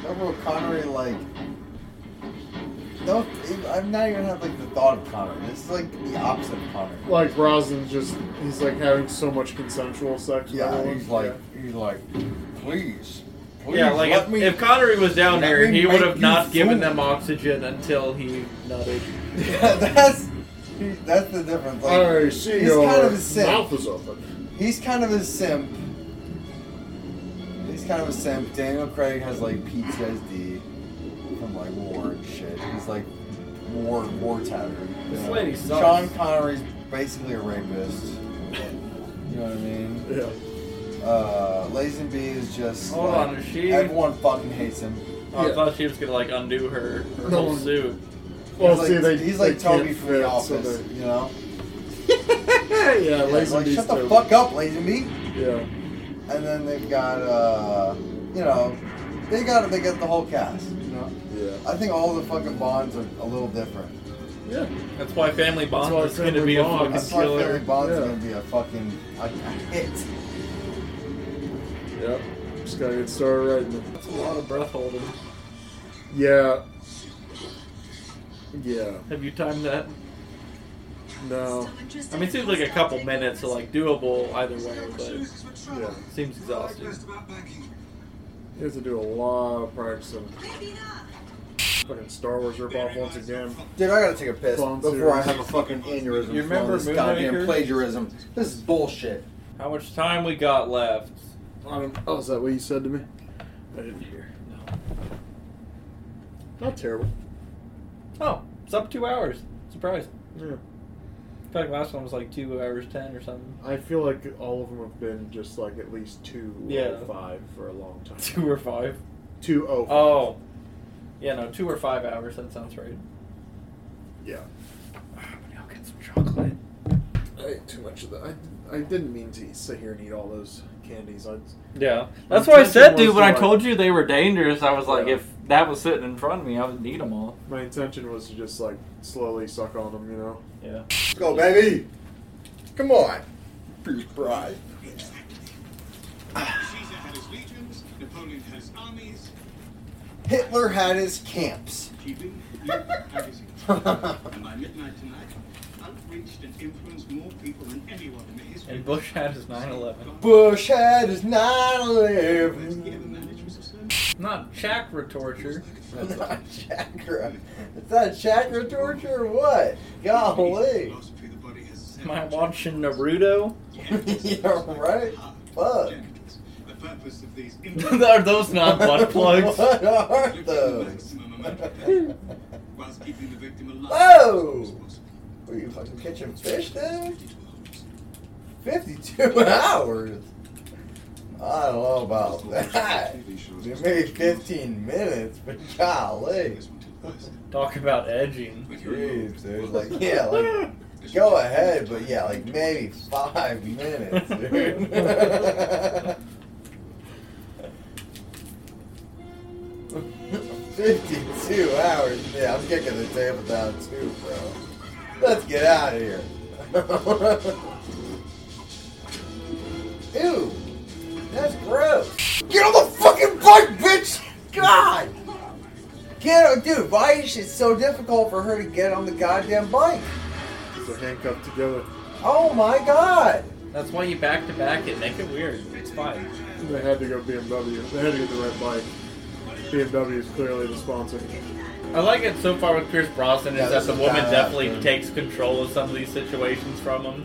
Speaker 2: no real Connery, like. No, I'm not even have like the thought of Connery. This is like the opposite of Connery.
Speaker 3: Like Brosnan just he's like having so much consensual sex. with
Speaker 2: Yeah,
Speaker 3: everyone.
Speaker 2: he's like, he's like, please, please
Speaker 4: yeah, like
Speaker 2: let
Speaker 4: if,
Speaker 2: me.
Speaker 4: if Connery was down
Speaker 2: let
Speaker 4: there,
Speaker 2: me
Speaker 4: he would
Speaker 2: make
Speaker 4: have
Speaker 2: you
Speaker 4: not given
Speaker 2: food.
Speaker 4: them oxygen until he nutted.
Speaker 2: yeah, that's he, that's the difference. Like,
Speaker 3: I see
Speaker 2: he's
Speaker 3: your
Speaker 2: kind of a simp.
Speaker 3: mouth is open.
Speaker 2: He's kind of a simp. He's kind of a simp. Daniel Craig has like PTSD from like war and shit. He's like war war tattered.
Speaker 4: This lady sucks.
Speaker 2: Sean Connery's basically a rapist. You know what I mean?
Speaker 3: Yeah.
Speaker 2: Uh, Lazenby is just.
Speaker 4: Hold
Speaker 2: like,
Speaker 4: on, is she-
Speaker 2: Everyone fucking hates him.
Speaker 4: Oh, I
Speaker 3: Yeah.
Speaker 4: thought she was gonna like undo her, her
Speaker 3: No.
Speaker 4: whole suit.
Speaker 3: Well,
Speaker 2: he's
Speaker 3: see,
Speaker 2: like,
Speaker 3: they,
Speaker 2: he's
Speaker 3: they
Speaker 2: like Toby
Speaker 3: can't
Speaker 2: from The
Speaker 3: fit, so
Speaker 2: Office,
Speaker 3: they-
Speaker 2: you know?
Speaker 3: yeah,
Speaker 2: Yeah,
Speaker 3: Lazenby's
Speaker 2: like, shut the
Speaker 3: Toby.
Speaker 2: fuck up, Lazenby.
Speaker 3: Yeah.
Speaker 2: And then they've got, uh, you know, they got they got the whole cast. You know,
Speaker 3: Yeah.
Speaker 2: I think all the fucking Bonds are a little different.
Speaker 3: Yeah.
Speaker 4: That's why Family Bond
Speaker 3: why
Speaker 4: is gonna
Speaker 3: Family
Speaker 4: be a
Speaker 3: Bond.
Speaker 4: fucking
Speaker 2: That's why Barry
Speaker 4: killer.
Speaker 2: Bonds is
Speaker 3: Yeah.
Speaker 2: gonna be a fucking a, a hit.
Speaker 3: Yep. Just gotta get started writing it.
Speaker 4: That's a lot of breath holding.
Speaker 3: Yeah. Yeah.
Speaker 4: Have you timed that?
Speaker 2: oh.
Speaker 3: No.
Speaker 4: I mean, it seems like a couple minutes, so like doable either way, but it
Speaker 3: Yeah.
Speaker 4: seems exhausting.
Speaker 3: You have to do a lot of practicing. Fucking Star Wars ripoff once again.
Speaker 2: Dude, I gotta take a piss
Speaker 3: Bomb
Speaker 2: before I
Speaker 3: series.
Speaker 2: have a fucking aneurysm.
Speaker 4: You
Speaker 2: from
Speaker 4: remember
Speaker 2: all this goddamn
Speaker 4: Moonraker?
Speaker 2: plagiarism? This is bullshit.
Speaker 4: How much time we got left?
Speaker 3: I don't, oh, is that what you said to me? I didn't hear.
Speaker 4: No.
Speaker 3: Not terrible.
Speaker 4: Oh, it's up two hours. Surprised.
Speaker 3: Yeah.
Speaker 4: In fact, last one was like two hours ten or something.
Speaker 3: I feel like all of them have been just like at least two
Speaker 4: Yeah.
Speaker 3: or five for a long time.
Speaker 4: Two or five.
Speaker 3: Two oh. five.
Speaker 4: Oh, yeah, no, two or five hours. That sounds right.
Speaker 3: Yeah.
Speaker 4: I'll get some chocolate.
Speaker 3: I ate too much of that. I, I didn't mean to sit here and eat all those candies. I
Speaker 4: Yeah,
Speaker 3: My
Speaker 4: that's why I
Speaker 3: intention
Speaker 4: said, dude.
Speaker 3: was
Speaker 4: When
Speaker 3: to,
Speaker 4: I
Speaker 3: like-
Speaker 4: told you they were dangerous, I was like,
Speaker 3: Yeah.
Speaker 4: if that was sitting in front of me, I would eat them all.
Speaker 3: my intention was to just like slowly suck on them, you know.
Speaker 4: Yeah.
Speaker 2: Let's go, baby. Come on, freeze fry.
Speaker 5: Caesar had his legions, Napoleon had his armies,
Speaker 2: Hitler had his camps.
Speaker 5: Cuban, Europe had his interests. And by midnight tonight, I've reached and influenced more people than anyone in the history
Speaker 4: And
Speaker 5: of
Speaker 4: Bush had his 9/11.
Speaker 2: Bush had his 9/11.
Speaker 5: It's
Speaker 4: Not chakra torture.
Speaker 2: It's not chakra. It's not chakra torture or what? Golly.
Speaker 4: Am I watching Naruto?
Speaker 2: yeah, right? Fuck.
Speaker 5: The purpose of these
Speaker 4: Are those not butt plugs?
Speaker 2: what are those?
Speaker 5: Whoa! Whilst keeping the victim alive.
Speaker 2: Whoa! Were you fucking catching fish then? 52 hours? I don't know about that. Maybe 15 minutes, but golly.
Speaker 4: Talk about edging.
Speaker 2: Jeez, dude. Like, yeah, like. Go ahead, but yeah, like maybe five minutes, dude. Fifty-two hours. Yeah, I'm kicking the table down too, bro. Let's get out of here. Ew, that's gross. Get on the fucking bike, bitch! God. Get on, dude. Why is it so difficult for her to get on the goddamn bike?
Speaker 3: They're handcuffed together.
Speaker 2: Oh my god!
Speaker 4: That's why you back to back it. Make it weird. It's fine.
Speaker 3: They had to go BMW. They had to get the red bike. BMW is clearly the sponsor.
Speaker 4: I like it so far with Pierce Brosnan
Speaker 2: Yeah,
Speaker 4: is
Speaker 2: this
Speaker 4: that the
Speaker 2: is
Speaker 4: woman
Speaker 2: badass,
Speaker 4: definitely
Speaker 2: dude.
Speaker 4: takes control of some of these situations from him.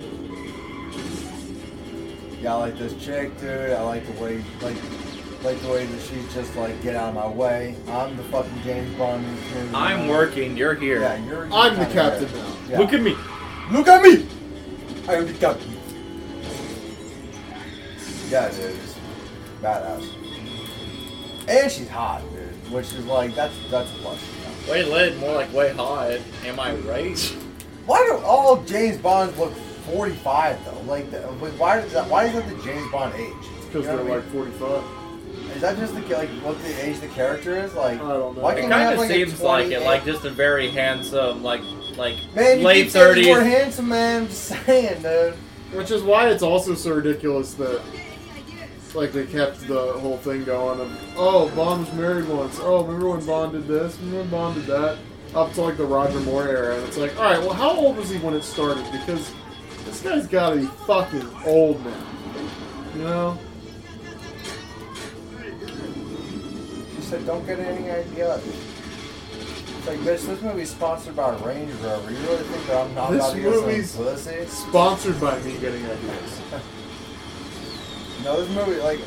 Speaker 2: Yeah, I like this chick, dude. I like the way, like, like the way that she's just like, get out of my way. I'm the fucking James Bond. in this movie.
Speaker 4: I'm working. You're here.
Speaker 2: Yeah, you're. you're
Speaker 3: I'm the
Speaker 2: kinda
Speaker 3: captain
Speaker 2: there.
Speaker 3: now.
Speaker 2: Yeah.
Speaker 4: Look at me.
Speaker 2: Look at me. I'm the captain. Yeah, dude, it's badass. And she's hot, dude. Which is like, that's that's a plus. you know?
Speaker 4: Way lit, more like way hot. Am I right?
Speaker 2: Why do all James Bonds look 45 though? Like, the, why does that? Why is that the James Bond age?
Speaker 3: Because
Speaker 2: You know
Speaker 3: they're
Speaker 2: what I mean?
Speaker 3: like 45.
Speaker 2: Is that just the, like what the age the character is? Like,
Speaker 3: I don't know.
Speaker 2: Why
Speaker 3: It
Speaker 2: can't
Speaker 4: It
Speaker 2: we
Speaker 4: kind
Speaker 2: have,
Speaker 4: of
Speaker 2: like,
Speaker 4: seems
Speaker 2: a
Speaker 4: like it,
Speaker 2: 28?
Speaker 4: like just a very handsome, like like
Speaker 2: man, you
Speaker 4: late
Speaker 2: keep saying he's more
Speaker 4: thirties.
Speaker 2: handsome, man. I'm just saying, dude.
Speaker 3: Which is why it's also so ridiculous that like they kept the whole thing going of oh Bond was married once. Oh remember when Bond did this? Remember when Bond did that? Up to like the Roger Moore era, and it's like, all right, well, how old was he when it started? Because this guy's got to be fucking old now, you know?
Speaker 2: She said, don't get any idea. It's like, bitch, this movie's sponsored by Range Rover. You really think that I'm not
Speaker 3: This
Speaker 2: about to get
Speaker 3: movie's-
Speaker 2: some pussy?
Speaker 3: Sponsored by me getting ideas.
Speaker 2: No, this movie, like,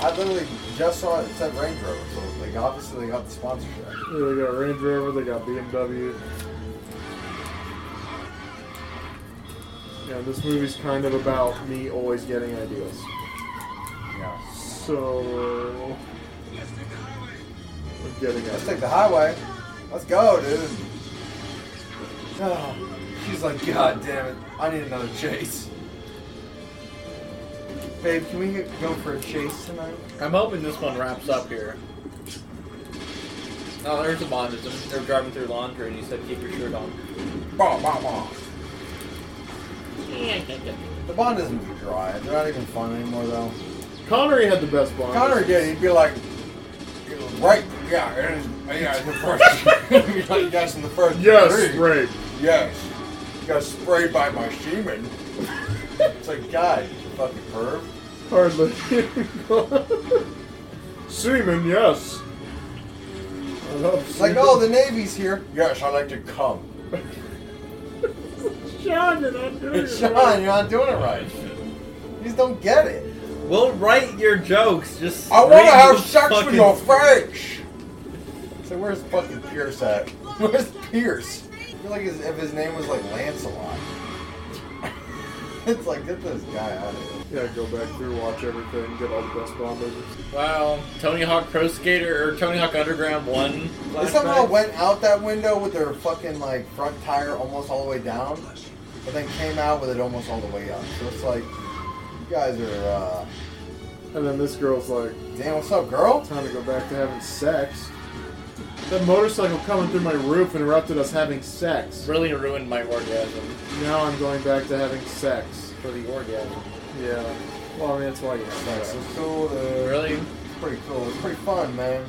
Speaker 2: I literally just saw it, it said Range Rover, so, like, obviously they got the sponsorship.
Speaker 3: They got Range Rover, they got BMW. Yeah, this movie's kind of about me always getting ideas.
Speaker 2: Yeah.
Speaker 3: So. We're getting
Speaker 2: Let's
Speaker 3: ideas.
Speaker 2: take the highway. Let's go, dude. Oh, she's like, God damn it, I need another chase. Babe, can we hit- go for a chase tonight?
Speaker 4: I'm hoping this one wraps up here. Oh, there's a bond. They're driving through laundry, and you said keep your shirt on.
Speaker 2: Bah, bah, bah.
Speaker 4: Yeah, I can't get
Speaker 2: The Bond isn't dry. They're not even fun anymore, though.
Speaker 3: Connery had the best Bond.
Speaker 2: Connor did. He'd be like, right, yeah, it is, yeah, it's the first. He'd be like, yes, in the first.
Speaker 3: Yes,
Speaker 2: degree.
Speaker 3: great.
Speaker 2: Yes. You got sprayed by my semen. it's like, God, you fucking perv.
Speaker 3: Hardly. Seaman, yes. I love
Speaker 2: It's like,
Speaker 3: seamen.
Speaker 2: oh, the Navy's here. Yes, I like to come.
Speaker 3: Sean, you're not doing it
Speaker 2: Sean,
Speaker 3: right.
Speaker 2: you're not doing it right. You just don't get it.
Speaker 4: it. We'll write your jokes. Just
Speaker 2: I want
Speaker 4: read
Speaker 2: to have
Speaker 4: the
Speaker 2: sex
Speaker 4: fucking-
Speaker 2: with your face. So where's fucking Pierce at? Where's Pierce? I feel like his, if his name was like Lancelot. it's like get this guy out of here.
Speaker 3: Yeah, go back through, watch everything, get all the best Bond movies.
Speaker 4: Well, Tony Hawk Pro Skater or Tony Hawk Underground One.
Speaker 2: They somehow went out that window with their fucking like front tire almost all the way down, but then came out with it almost all the way up. So it's like, you guys are. uh...
Speaker 3: And then this girl's like,
Speaker 2: Damn, what's up, girl?
Speaker 3: time to go back to having sex. That motorcycle coming through my roof interrupted us having sex.
Speaker 4: really ruined my orgasm.
Speaker 3: Now I'm going back to having sex.
Speaker 4: For the orgasm.
Speaker 3: Yeah. Well, I mean, that's why you have
Speaker 2: Sex
Speaker 3: sex.
Speaker 2: is cool. dude.
Speaker 4: Really?
Speaker 2: It's pretty cool. It's pretty fun, man.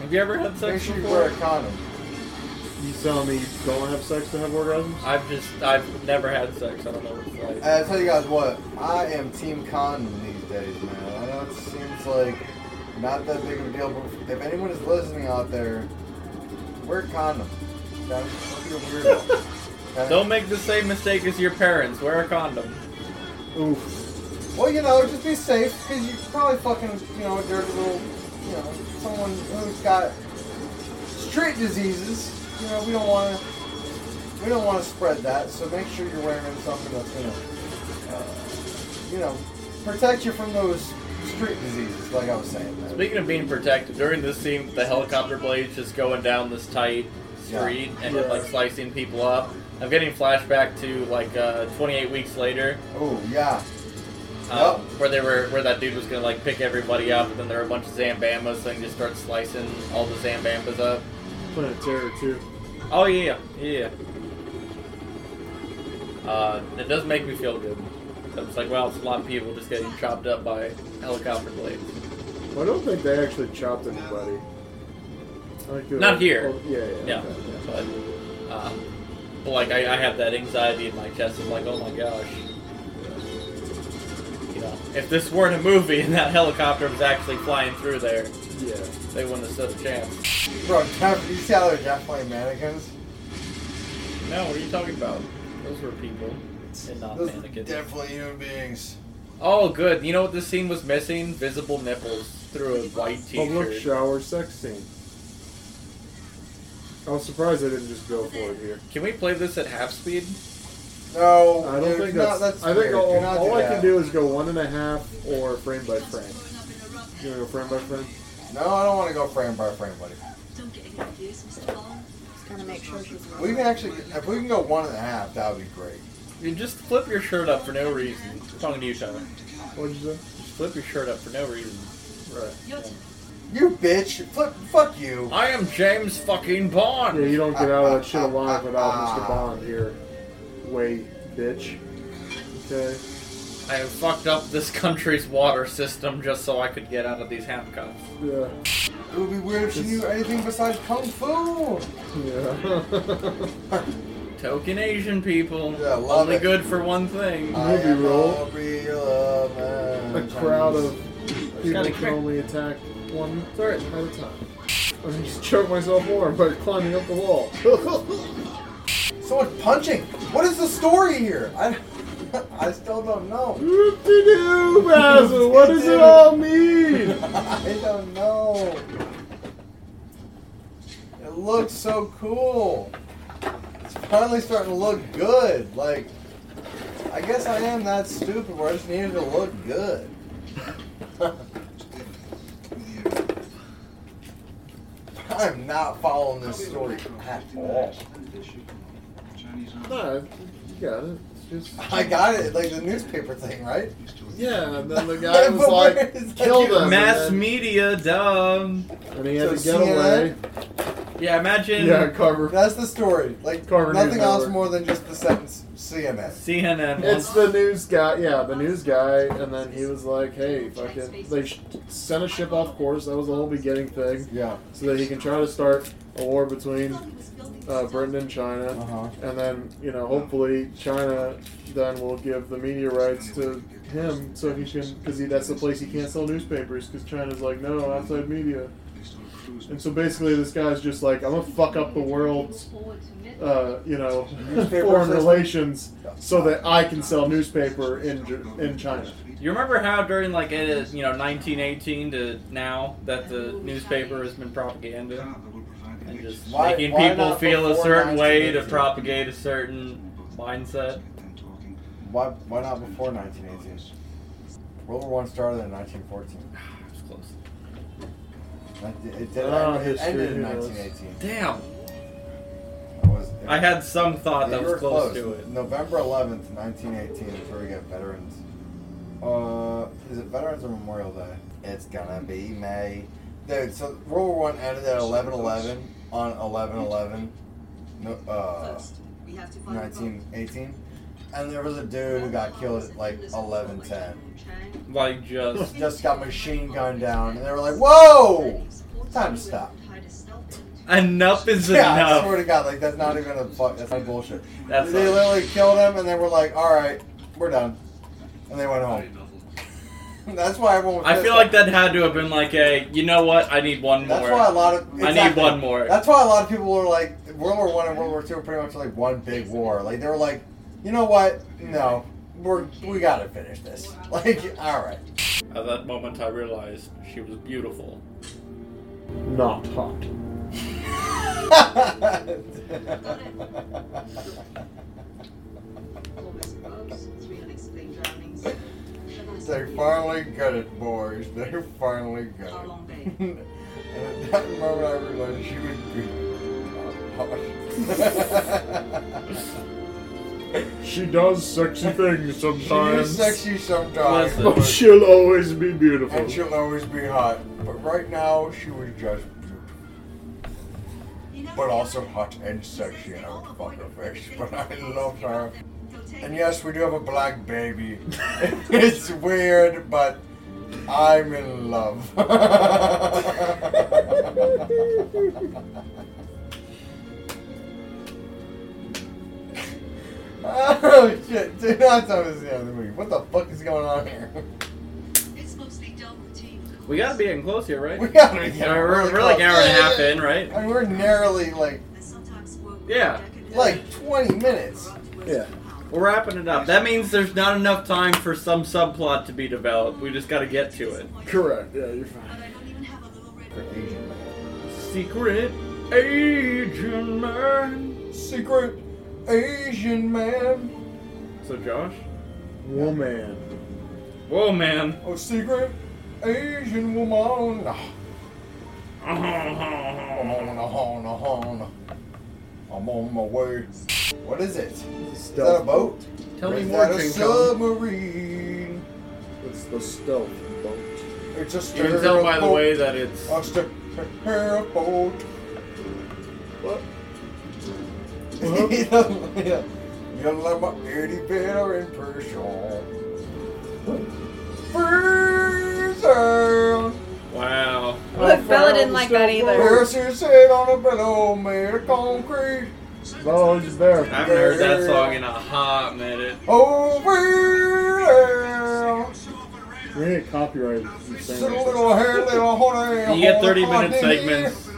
Speaker 4: Have you ever had
Speaker 2: Make
Speaker 4: sex
Speaker 2: sure you
Speaker 4: before?
Speaker 2: wear a condom.
Speaker 3: You telling me you don't have sex to have orgasms?
Speaker 4: I've just I've never had sex. I don't know what it's like.
Speaker 2: And I tell you guys what, I am team condom these days, man. I know it seems like not that big of a deal, but if anyone is listening out there, wear a condom. Okay? Don't be a weirdo. Okay?
Speaker 4: Don't make the same mistake as your parents. Wear a condom.
Speaker 3: Oof.
Speaker 2: Well, you know, just be safe because you probably fucking, you know, a dirty little, you know, someone who's got street diseases. You know, we don't want to, we don't want to spread that. So make sure you're wearing something that's gonna, uh, you know, protect you from those street diseases. Like I was saying. man.
Speaker 4: Speaking of being protected, during this scene, with the helicopter blades just going down this tight street and
Speaker 3: Yeah.
Speaker 4: like slicing people up. I'm getting flashback to like uh, 28 weeks later,
Speaker 2: Oh yeah.
Speaker 4: um,
Speaker 2: Yep.
Speaker 4: where they were, where that dude was gonna like pick everybody up, and then there were a bunch of Zambamas, so he just starts slicing all the Zambamas up.
Speaker 3: Planet Terror too.
Speaker 4: Oh yeah, yeah. Uh, it does make me feel good. It's like, well, it's a lot of people just getting chopped up by helicopter blades.
Speaker 3: I don't think they actually chopped anybody. I think they
Speaker 4: Not
Speaker 3: were-
Speaker 4: here.
Speaker 3: Oh, yeah, yeah.
Speaker 4: Yeah,
Speaker 3: okay, yeah.
Speaker 4: but, um, but like I, I have that anxiety in my chest. I'm like, oh my gosh. You know, if this weren't a movie and that helicopter was actually flying through there,
Speaker 3: Yeah.
Speaker 4: they wouldn't have stood a chance.
Speaker 2: Bro, Jeff, you see how they're definitely mannequins?
Speaker 4: No, what are you talking about? Those were people and not
Speaker 2: Those are
Speaker 4: mannequins.
Speaker 2: definitely human beings.
Speaker 4: oh, good. You know what this scene was missing? Visible nipples through a white
Speaker 3: Public
Speaker 4: t-shirt.
Speaker 3: shower sex scene. I was surprised they didn't just go for it here.
Speaker 4: Can we play this at half speed?
Speaker 2: No,
Speaker 3: I don't
Speaker 2: dude,
Speaker 3: think
Speaker 2: no,
Speaker 3: that's,
Speaker 2: that's
Speaker 3: I think
Speaker 2: weird.
Speaker 3: all,
Speaker 2: Do not
Speaker 3: all I
Speaker 2: that.
Speaker 3: can do is go one and a half or frame by frame. You wanna go frame by frame?
Speaker 2: No, I don't want to go frame by frame, buddy.
Speaker 7: Don't get any confused, Mr. Bond. Just gonna make sure she's.
Speaker 2: We can actually, if we can go one and a half, that would be great.
Speaker 4: You just flip your shirt up for no reason. I'm talking to you, Tyler.
Speaker 3: What'd you say?
Speaker 4: Just flip your shirt up for no reason.
Speaker 2: Right.
Speaker 7: Your turn.
Speaker 2: You bitch! Fuck, fuck you!
Speaker 4: I am James fucking
Speaker 3: Yeah,
Speaker 4: Bond.
Speaker 3: you don't get out of that shit alive without Mr. Bond here. Way, bitch. Okay.
Speaker 4: I have fucked up this country's water system just so I could get out of these handcuffs.
Speaker 3: Yeah.
Speaker 2: It would be weird if she knew anything besides kung fu.
Speaker 3: Yeah.
Speaker 4: Token Asian people,
Speaker 2: Yeah, love
Speaker 4: only
Speaker 2: it.
Speaker 4: good for one thing.
Speaker 2: I
Speaker 3: Movie
Speaker 2: am
Speaker 3: role.
Speaker 2: a real man.
Speaker 3: a crowd of people
Speaker 4: kinda
Speaker 3: can
Speaker 4: quick.
Speaker 3: only attack one threat at a time. I mean, just choke myself more by climbing up the wall.
Speaker 2: So much punching. What is the story here? I, I still don't know.
Speaker 3: Whoop-de-doo, Basil, what does it all mean?
Speaker 2: I don't know. It looks so cool. It's finally starting to look good. Like, I guess I am that stupid where I just needed to look good. I'm not following this story at all.
Speaker 5: Chinese
Speaker 3: Nah, you got it. It's just.
Speaker 2: I got it, like the newspaper thing, right?
Speaker 3: Yeah, and then the guy was
Speaker 2: But where is
Speaker 3: like,
Speaker 2: that
Speaker 3: kill
Speaker 2: you-
Speaker 3: them.
Speaker 4: Mass
Speaker 3: and,
Speaker 4: media, dumb.
Speaker 3: then, and he had
Speaker 2: So
Speaker 3: to get away.
Speaker 4: Yeah, imagine
Speaker 3: Yeah, cover.
Speaker 2: That's the story. Like
Speaker 3: Carver News
Speaker 2: nothing else
Speaker 3: Network.
Speaker 2: more than just the sentence CNN.
Speaker 4: CNN.
Speaker 3: It's
Speaker 4: wants-
Speaker 3: the news guy. Yeah, the news guy. And then he was like, hey, fucking. They sh- sent a ship off course. That was the whole beginning thing.
Speaker 2: Yeah.
Speaker 3: So that he can try to start a war between
Speaker 7: Thought he was building
Speaker 3: uh,
Speaker 7: stuff.
Speaker 3: Britain and China.
Speaker 2: Uh-huh.
Speaker 3: And then, you know, hopefully China then will give the media rights to him so he can, because that's the place he can't sell newspapers because China's like, no, outside media. And so basically this guy's just like, I'm going to fuck up the world's, uh, you know,
Speaker 2: Newspaper
Speaker 3: foreign
Speaker 2: system.
Speaker 3: relations so that I can sell newspaper in, J- in China.
Speaker 4: You remember how during like it is you know 1918 to now that the newspaper has been propaganda and just
Speaker 2: Why-
Speaker 4: making
Speaker 2: why
Speaker 4: people
Speaker 2: not
Speaker 4: feel a
Speaker 2: before
Speaker 4: certain way to
Speaker 2: 1918?
Speaker 4: propagate a certain mindset.
Speaker 2: Why, why not before 1918? World War One started in 1914.
Speaker 4: It was close.
Speaker 2: That- It, did,
Speaker 4: Oh,
Speaker 3: Ah,
Speaker 2: it
Speaker 3: history,
Speaker 2: ended in
Speaker 3: who knows?
Speaker 2: 1918.
Speaker 4: Damn,
Speaker 2: It was, it-
Speaker 4: I had some thought that
Speaker 2: you
Speaker 4: was
Speaker 2: were
Speaker 4: close, to it.
Speaker 2: November 11th, 1918 is where we get Veterans. Uh, is it Veterans or Memorial Day? It's gonna be May. Dude, so World War One ended at 11-11 on 11-11. No, uh,
Speaker 7: First, we have to find a vote.
Speaker 2: 1918. And there was a dude uh, who got killed at like 11-10.
Speaker 4: Like just
Speaker 2: Just got machine gunned down, and they were like, "Whoa, time to stop."
Speaker 4: enough is
Speaker 2: Yeah, I
Speaker 4: enough.
Speaker 2: swear to God, like that's not even a fuck. That's not bullshit.
Speaker 4: That's
Speaker 2: they
Speaker 4: not-
Speaker 2: literally killed him, and they were like, "All right, we're done," and they went home. that's why everyone. Was
Speaker 4: I
Speaker 2: pissed
Speaker 4: feel
Speaker 2: off.
Speaker 4: like that had to have been like a you know what I need one
Speaker 2: That's
Speaker 4: more.
Speaker 2: why a lot of
Speaker 4: I need
Speaker 2: exactly.
Speaker 4: one more.
Speaker 2: That's why a lot of people were like World War One and World War Two are pretty much like one big war. Like they were like, you know what? No, we're we gotta finish this. Like all right,
Speaker 4: At that moment, I realized she was beautiful.
Speaker 3: Not hot.
Speaker 2: they finally got it, boys. They finally got it. and at that moment, I realized she was beautiful.
Speaker 3: She does sexy things
Speaker 2: She's sexy sometimes,
Speaker 4: Listen.
Speaker 3: But
Speaker 2: but
Speaker 3: she'll always be beautiful.
Speaker 2: and she'll always be hot. But right now, she was just beautiful, but also hot and sexy, and I would fuck her face. But I loved her. And yes, we do have a black baby. it's weird, but I'm in love. Oh, oh shit! Do not tell me this is the end of the movie. What the fuck is going on here?
Speaker 7: It's mostly dumb routine.
Speaker 4: We gotta be getting close here, right?
Speaker 2: We gotta get
Speaker 4: Yeah, we're,
Speaker 2: really
Speaker 4: we're like an
Speaker 2: close.
Speaker 4: hour and a
Speaker 2: Yeah,
Speaker 4: half
Speaker 2: yeah.
Speaker 4: in, right?
Speaker 2: I mean, we're narrowly like
Speaker 7: I sometimes work with
Speaker 4: Yeah.
Speaker 7: decadent-
Speaker 2: like 20 minutes.
Speaker 3: Yeah.
Speaker 4: We're wrapping it up. That means there's not enough time for some subplot to be developed. We just gotta get to it.
Speaker 3: Correct. Yeah, you're fine.
Speaker 7: But I don't even have a little red
Speaker 2: Asian
Speaker 4: Secret Agent Man.
Speaker 2: Secret Asian man.
Speaker 4: So, Josh?
Speaker 3: Woman.
Speaker 4: Whoa, man.
Speaker 2: Oh, secret Asian woman. I'm on the horn, the horn. I'm on my way. What is it? Is that a boat?
Speaker 4: Tell
Speaker 2: Or
Speaker 4: me
Speaker 2: is
Speaker 4: more,
Speaker 2: that a
Speaker 4: Jing Chong.
Speaker 2: submarine.
Speaker 3: It's the stealth boat.
Speaker 2: It They're just
Speaker 8: You can tell by the
Speaker 2: terrible.
Speaker 8: way that it's.
Speaker 2: Just terrible.
Speaker 3: What?
Speaker 2: you know, yeah. You don't like my itty bitty impression. Freezer.
Speaker 4: Wow.
Speaker 9: Well, that fella didn't like that either.
Speaker 2: Where's your sit on a pillow made of concrete?
Speaker 3: No, it's just there.
Speaker 4: I haven't heard that song in a hot minute.
Speaker 2: Over
Speaker 3: We ain't copyrighted. You
Speaker 2: there.
Speaker 3: sing
Speaker 2: Sit a
Speaker 3: it.
Speaker 2: little hair, little honey.
Speaker 4: You get
Speaker 2: hold
Speaker 4: 30
Speaker 2: up my
Speaker 4: minute
Speaker 2: knee.
Speaker 4: segments.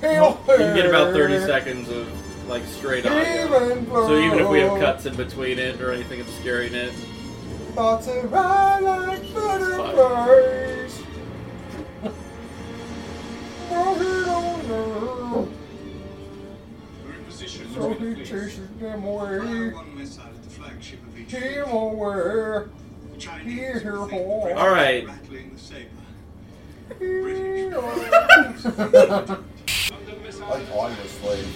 Speaker 2: Feel
Speaker 4: You can get about 30
Speaker 2: hair.
Speaker 4: seconds of like straight audio.
Speaker 2: Even
Speaker 4: So even if we have
Speaker 2: blow.
Speaker 4: cuts in between it or anything obscuring it,
Speaker 2: Thoughts are right like butterflies. Oh, he don't know.
Speaker 6: We're in position. Let's
Speaker 2: So
Speaker 6: get
Speaker 2: he
Speaker 6: it, please.
Speaker 2: chases them
Speaker 6: Fire
Speaker 2: away.
Speaker 6: one missile at the flagship of each.
Speaker 2: Him away.
Speaker 6: Chinese
Speaker 2: Here,
Speaker 6: will think
Speaker 2: whore.
Speaker 6: Britain
Speaker 4: All right.
Speaker 6: Rattling the saber.
Speaker 2: He
Speaker 6: British.
Speaker 2: away.
Speaker 6: Under missile.
Speaker 2: Like on the slave.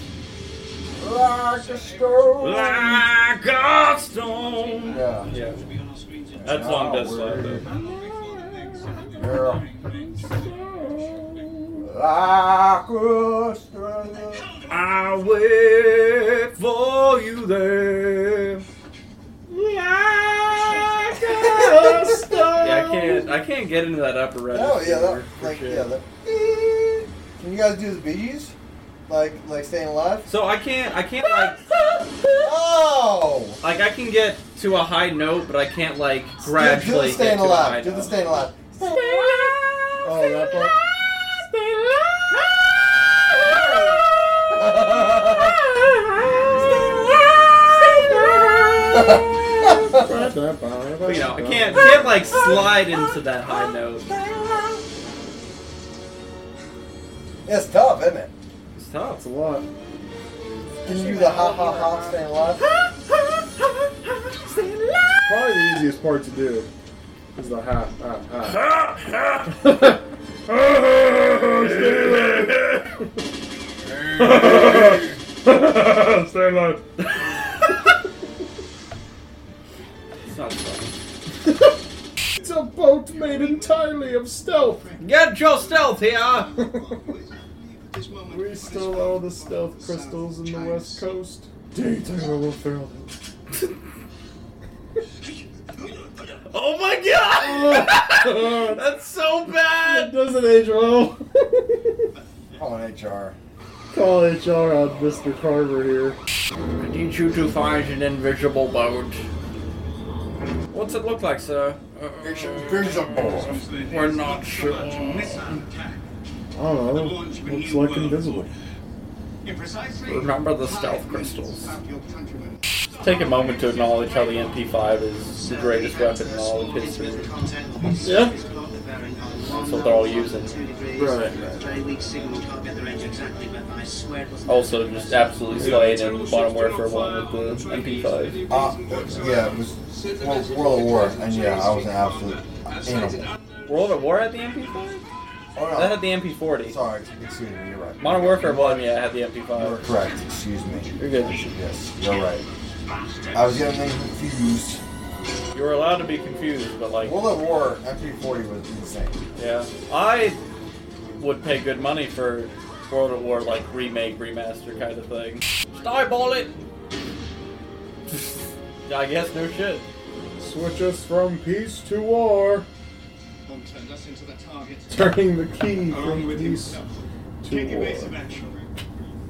Speaker 2: Like a stone.
Speaker 4: like a stone.
Speaker 2: Yeah.
Speaker 4: Yeah,
Speaker 6: Will be on our screens in
Speaker 4: that song does slide though.
Speaker 2: Yeah. Like a stone.
Speaker 4: I wait for you there. Yeah, I can't. I can't get into that upper register.
Speaker 2: Oh yeah, that,
Speaker 4: for
Speaker 2: like
Speaker 4: shit.
Speaker 2: yeah. That, can you guys do the bees? Like like staying alive?
Speaker 4: So I can't. I can't like.
Speaker 2: Oh!
Speaker 4: Like I can get to a high note, but I can't like gradually
Speaker 2: do, do the staying
Speaker 4: get to
Speaker 2: alive.
Speaker 4: a
Speaker 2: Do
Speaker 4: high
Speaker 2: the
Speaker 4: note.
Speaker 2: staying alive.
Speaker 3: Oh, that part?
Speaker 4: But, you know, I can't can't like slide into that high note.
Speaker 2: it's tough, isn't it?
Speaker 4: It's
Speaker 3: It's
Speaker 4: tough.
Speaker 3: a lot.
Speaker 2: Can you do the ha ha ha staying alive?
Speaker 3: Probably the easiest part to do is the ha ha ha.
Speaker 8: Stay alive.
Speaker 4: It's not fun.
Speaker 3: It's a boat made entirely of stealth.
Speaker 4: Get your stealth here.
Speaker 3: We stole all the stealth crystals in the west coast. Daytime will fail.
Speaker 4: Oh my god! That's so
Speaker 3: That
Speaker 4: bad.
Speaker 3: doesn't age well.
Speaker 2: Call an HR.
Speaker 3: Call HR on Mr. Carver here.
Speaker 4: I need you to find an invisible boat. What's it look like, sir? Uh,
Speaker 2: Invisible.
Speaker 4: We're not sure.
Speaker 3: I don't know. Looks like invisible.
Speaker 4: Remember the stealth crystals. Take a moment to acknowledge how the MP5 is the greatest weapon in all of history.
Speaker 3: Yeah?
Speaker 4: That's what they're all using.
Speaker 3: Right.
Speaker 5: Very weak signal, can't get the range exactly, but I swear it was.
Speaker 4: Also, just absolutely slayed in Modern Warfare 1 with the MP5.
Speaker 2: Uh, yeah, it was well, World of War, and yeah, I was an absolute animal.
Speaker 4: World at War had the MP5? That
Speaker 2: Oh
Speaker 4: had the MP40.
Speaker 2: no, sorry, excuse me, you're right.
Speaker 4: Modern Warfare 1, yeah, had the
Speaker 2: You were
Speaker 4: MP5.
Speaker 2: correct, excuse me.
Speaker 4: You're good.
Speaker 2: Yes, you're right. I was getting things confused.
Speaker 4: You were allowed to be confused, but like,
Speaker 2: World at War MP40 was insane.
Speaker 4: yeah. I would pay good money for World at War, like, remake, remaster kind of thing. Just eyeball it! I guess no shit.
Speaker 3: Switch us from peace to war.
Speaker 6: Turned us into the target.
Speaker 3: Turning the key
Speaker 6: Along
Speaker 3: from
Speaker 6: with
Speaker 3: peace
Speaker 6: himself. Take
Speaker 3: to
Speaker 6: your
Speaker 3: war.
Speaker 6: base of action.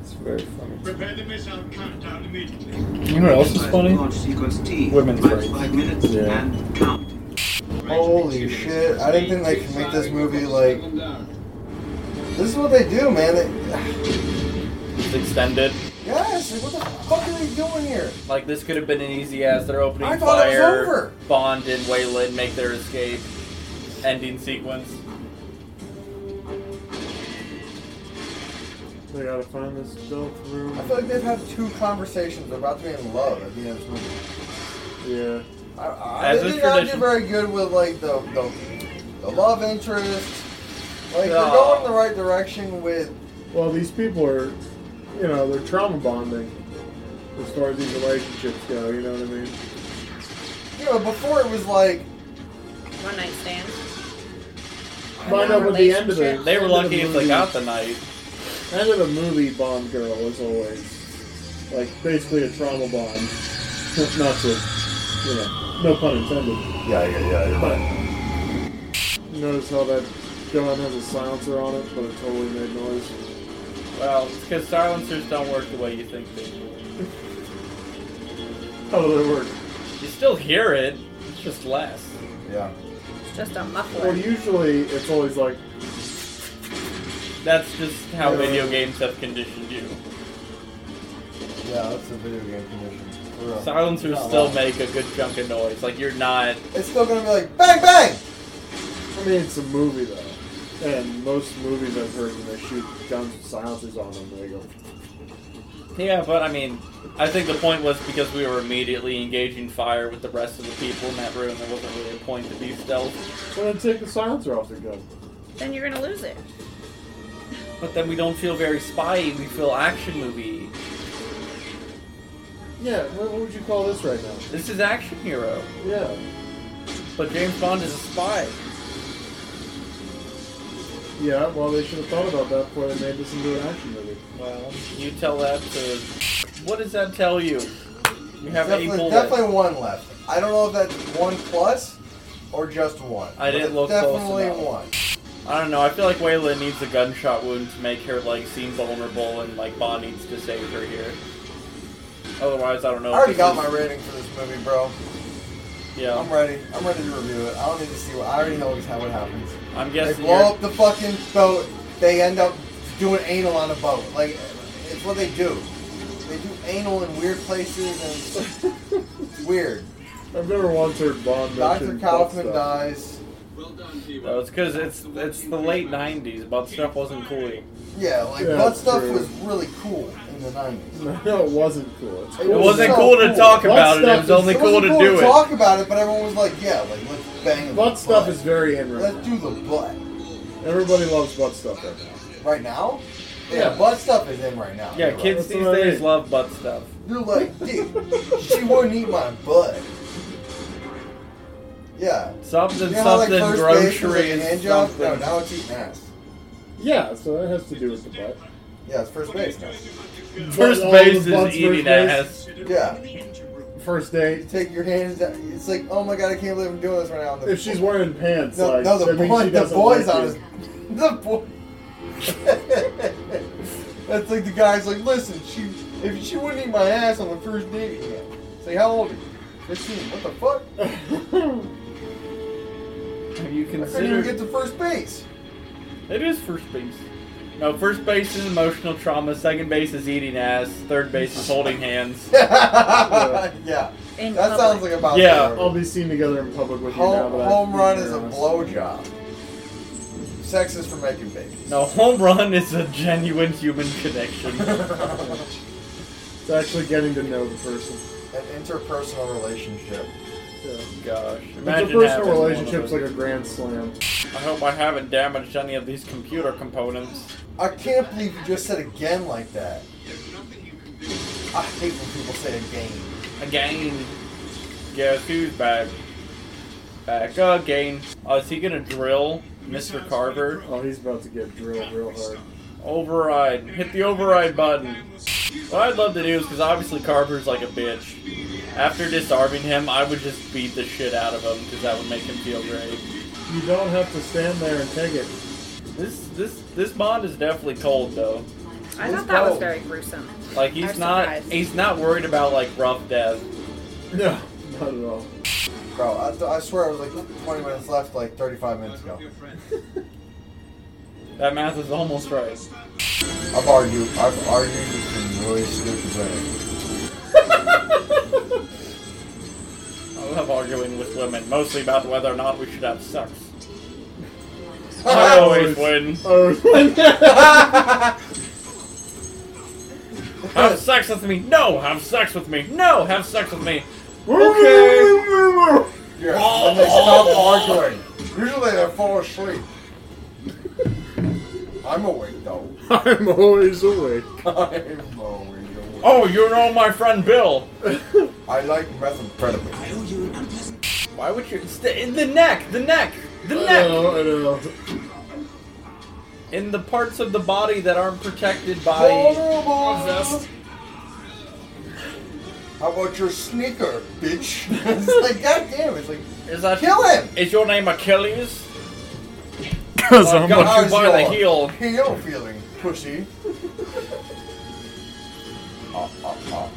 Speaker 3: It's very funny.
Speaker 6: Prepare the missile countdown immediately.
Speaker 4: You know what else is funny?
Speaker 5: Launch sequence T.
Speaker 4: Women's
Speaker 5: Minus
Speaker 4: rights.
Speaker 5: Five minutes
Speaker 3: Yeah.
Speaker 5: and count.
Speaker 2: Holy shit! I didn't think they could make this movie like. This is what they do, man. They,
Speaker 4: It's extended.
Speaker 2: guys, like, what the fuck are they doing here?
Speaker 4: Like this could have been an easy ass. They're opening
Speaker 2: I thought it was
Speaker 4: fire.
Speaker 2: over.
Speaker 4: Bond and Waylon make their escape. Ending sequence.
Speaker 3: They gotta find this stealth room.
Speaker 2: I feel like they've had two conversations. They're about to be in love at the end of this movie.
Speaker 3: Yeah.
Speaker 2: I, I,
Speaker 4: As
Speaker 2: they
Speaker 4: is
Speaker 2: did not do
Speaker 4: tradition.
Speaker 2: very good with like the the, the love interest. Like they're
Speaker 4: No.
Speaker 2: going in the right direction with
Speaker 3: Well, these people are, you know, they're trauma bonding as far as these relationships go, you know what I mean?
Speaker 2: you know before it was like
Speaker 9: One night stand.
Speaker 3: Find out what the end of it.
Speaker 9: relationship.
Speaker 4: They were lucky if they got the knife.
Speaker 3: End of the movie, Bond girl is always like basically a trauma bond. Not to, you know, no pun intended.
Speaker 2: Yeah, yeah, yeah. You're
Speaker 3: But
Speaker 2: right.
Speaker 3: notice how that gun has a silencer on it, but it totally made noise.
Speaker 4: Well, it's because silencers don't work the way you think they do.
Speaker 3: How did it work?
Speaker 4: You still hear it, it's just less.
Speaker 2: Yeah.
Speaker 9: It's just a muffler.
Speaker 3: Well, usually it's always like
Speaker 4: That's just how
Speaker 3: Yeah.
Speaker 4: video games have conditioned you.
Speaker 2: Yeah, that's a video game condition. For real.
Speaker 4: Silencers
Speaker 2: Not
Speaker 4: still
Speaker 2: loud.
Speaker 4: make a good chunk of noise. Like you're not.
Speaker 2: It's still gonna be like bang bang.
Speaker 3: I mean, it's a movie though, and most movies I've heard when they shoot guns with silencers on them, they go.
Speaker 4: Yeah, but I mean, I think the point was because we were immediately engaging fire with the rest of the people in that room. There wasn't really a point to be stealth.
Speaker 3: Well, then take the silencer off the gun.
Speaker 9: then you're gonna lose it.
Speaker 4: But then we don't feel very spy. We feel action movie.
Speaker 3: Yeah, what, what would you call this right now?
Speaker 4: This is action hero,
Speaker 3: Yeah,
Speaker 4: but James Bond is a spy.
Speaker 3: yeah. Well, they should have thought about that before they made this into an action movie.
Speaker 4: Well, you tell that to. What does that tell you? You have a
Speaker 2: Definitely,
Speaker 4: bullet.
Speaker 2: definitely one left. I don't know if that's one plus or just one.
Speaker 4: I
Speaker 2: but
Speaker 4: didn't
Speaker 2: it's
Speaker 4: look close
Speaker 2: Definitely
Speaker 4: enough.
Speaker 2: one.
Speaker 4: I don't know. I feel like Waylon needs a gunshot wound to make her like seem vulnerable, and like Bond needs to save her here. Otherwise, I don't know. if
Speaker 2: I already
Speaker 4: this
Speaker 2: got
Speaker 4: is-
Speaker 2: my rating for this movie, bro.
Speaker 4: Yeah,
Speaker 2: I'm ready. I'm ready to review it. I don't need to see what. I already know what what happens.
Speaker 4: I'm guessing.
Speaker 2: they blow
Speaker 4: you're-
Speaker 2: up the fucking boat. They end up doing anal on a boat. Like it's what they do. They do anal in weird places and it's weird.
Speaker 3: I've never once heard Bond
Speaker 2: Doctor
Speaker 3: mention
Speaker 2: Kaufman
Speaker 3: butt stuff.
Speaker 2: dies.
Speaker 5: Well done, hero.
Speaker 4: No, it's because it's it's the late '90s. But stuff wasn't cool. It
Speaker 2: Yeah, like
Speaker 3: Yeah,
Speaker 2: butt stuff
Speaker 3: true.
Speaker 2: was really cool in the nineties.
Speaker 3: No, it wasn't cool. It's
Speaker 2: It
Speaker 3: cool.
Speaker 2: wasn't
Speaker 4: wasn't
Speaker 2: so
Speaker 4: cool to
Speaker 2: cool.
Speaker 4: talk
Speaker 3: Butt
Speaker 4: about it. It
Speaker 3: stuff
Speaker 4: was
Speaker 3: is-
Speaker 4: only
Speaker 2: it
Speaker 4: cool
Speaker 2: wasn't
Speaker 4: to
Speaker 2: cool
Speaker 4: do
Speaker 2: to
Speaker 4: it.
Speaker 2: talk about it, but everyone was like, "Yeah, like let's bang." the
Speaker 3: Butt stuff
Speaker 2: butt.
Speaker 3: is very in right
Speaker 2: Let's
Speaker 3: now.
Speaker 2: do the butt
Speaker 3: Everybody loves butt stuff right now.
Speaker 2: right now. Yeah,
Speaker 3: Yeah.
Speaker 2: butt stuff is in right now.
Speaker 4: Yeah,
Speaker 2: You're
Speaker 4: kids
Speaker 3: That's
Speaker 4: these
Speaker 3: what I
Speaker 4: days
Speaker 3: mean.
Speaker 4: love butt stuff.
Speaker 2: Right. You're like, dude, she wouldn't eat my butt. Yeah.
Speaker 4: Something,
Speaker 2: You know how, like,
Speaker 4: something,
Speaker 2: first base was, like,
Speaker 4: groceries,
Speaker 2: a hand job?
Speaker 4: something.
Speaker 2: No, now it's eating ass.
Speaker 3: Yeah, so that has to do with the butt.
Speaker 2: Yeah, it's first base now.
Speaker 4: First
Speaker 3: All the
Speaker 4: base
Speaker 3: butts
Speaker 4: is
Speaker 3: first
Speaker 4: eating
Speaker 3: base.
Speaker 4: ass.
Speaker 2: Yeah.
Speaker 3: First
Speaker 2: You
Speaker 3: date.
Speaker 2: take your hands down. It's like, oh my god, I can't believe I'm doing this right now. And the-
Speaker 3: If she's wearing pants,
Speaker 2: no,
Speaker 3: like
Speaker 2: no, the
Speaker 3: that means
Speaker 2: boy,
Speaker 3: she
Speaker 2: the
Speaker 3: doesn't
Speaker 2: boy's
Speaker 3: like
Speaker 2: on
Speaker 3: you.
Speaker 2: his, the boy. That's like the guy's like, listen, she, if she wouldn't eat my ass on the first date, yeah. It's like, how old are you? 15. What the fuck?
Speaker 4: Have you
Speaker 2: I couldn't even
Speaker 4: considered?
Speaker 2: get to first base.
Speaker 4: It is first base. No, first base is emotional trauma. Second base is eating ass. Third base is holding hands.
Speaker 2: yeah.
Speaker 9: In
Speaker 2: That
Speaker 9: public.
Speaker 2: sounds like about
Speaker 4: Yeah,
Speaker 2: there.
Speaker 3: I'll be seen together in public with you now.
Speaker 2: Home,
Speaker 3: But I
Speaker 2: home
Speaker 3: think
Speaker 2: run
Speaker 3: you're
Speaker 2: is a
Speaker 3: honest.
Speaker 2: blowjob. Sex is for making babies.
Speaker 4: No, home run is a genuine human connection.
Speaker 2: An
Speaker 3: It's actually getting to know the person.
Speaker 2: interpersonal relationship.
Speaker 3: Yeah.
Speaker 4: Gosh,
Speaker 3: It's a
Speaker 4: imagine having
Speaker 3: personal
Speaker 4: one of
Speaker 3: relationship's
Speaker 4: those.
Speaker 3: like a grand slam.
Speaker 4: I hope I haven't damaged any of these computer components.
Speaker 2: I can't believe you just said again like that. I hate when people say again.
Speaker 4: Again. Guess who's back? Back again. Oh, is he gonna drill Mr. Carver?
Speaker 3: Oh, he's about to get drilled real hard.
Speaker 4: Override. Hit the override button. What I'd love to do is, because obviously Carver's like a bitch. After disarming him, I would just beat the shit out of him because that would make him feel great.
Speaker 3: You don't have to stand there and take it.
Speaker 4: This this this Bond is definitely cold though.
Speaker 9: I
Speaker 2: Let's
Speaker 9: thought that
Speaker 2: go.
Speaker 9: was very gruesome.
Speaker 4: Like he's
Speaker 9: I'm
Speaker 4: not
Speaker 9: surprised.
Speaker 4: he's not worried about like rough death.
Speaker 3: No, not at all.
Speaker 2: Bro, I, th- I swear I was like 20 minutes left, like 35 minutes ago.
Speaker 4: That math is almost right.
Speaker 2: I've argued. I've argued with some really stupid women.
Speaker 4: I love arguing with women, mostly about whether or not we should have sex. I
Speaker 2: I
Speaker 4: always win.
Speaker 3: Oh,
Speaker 4: Have sex with me? No. Have sex with me? No. Have sex with me?
Speaker 3: okay.
Speaker 2: Yes,
Speaker 4: Oh,
Speaker 2: when they stop arguing. Usually they fall asleep. I'm awake though.
Speaker 3: I'm always awake.
Speaker 2: I'm always awake.
Speaker 4: Oh, you know my friend Bill.
Speaker 2: I like methamphetamine.
Speaker 4: Why would you? It's the, in the neck. The neck. The
Speaker 3: I
Speaker 4: neck.
Speaker 3: know, I know.
Speaker 4: in the parts of the body that aren't protected by
Speaker 2: Vulnerable.
Speaker 4: a vest.
Speaker 2: How about your sneaker, bitch? it's like, goddamn! It's like,
Speaker 4: Is that
Speaker 2: kill him.
Speaker 4: Is your name Achilles?
Speaker 8: Because
Speaker 3: Oh,
Speaker 4: Well,
Speaker 8: I'm
Speaker 4: go-
Speaker 8: a
Speaker 4: How's by the
Speaker 2: your
Speaker 4: heel.
Speaker 2: Heel feeling, pussy. Ah, ah, ah.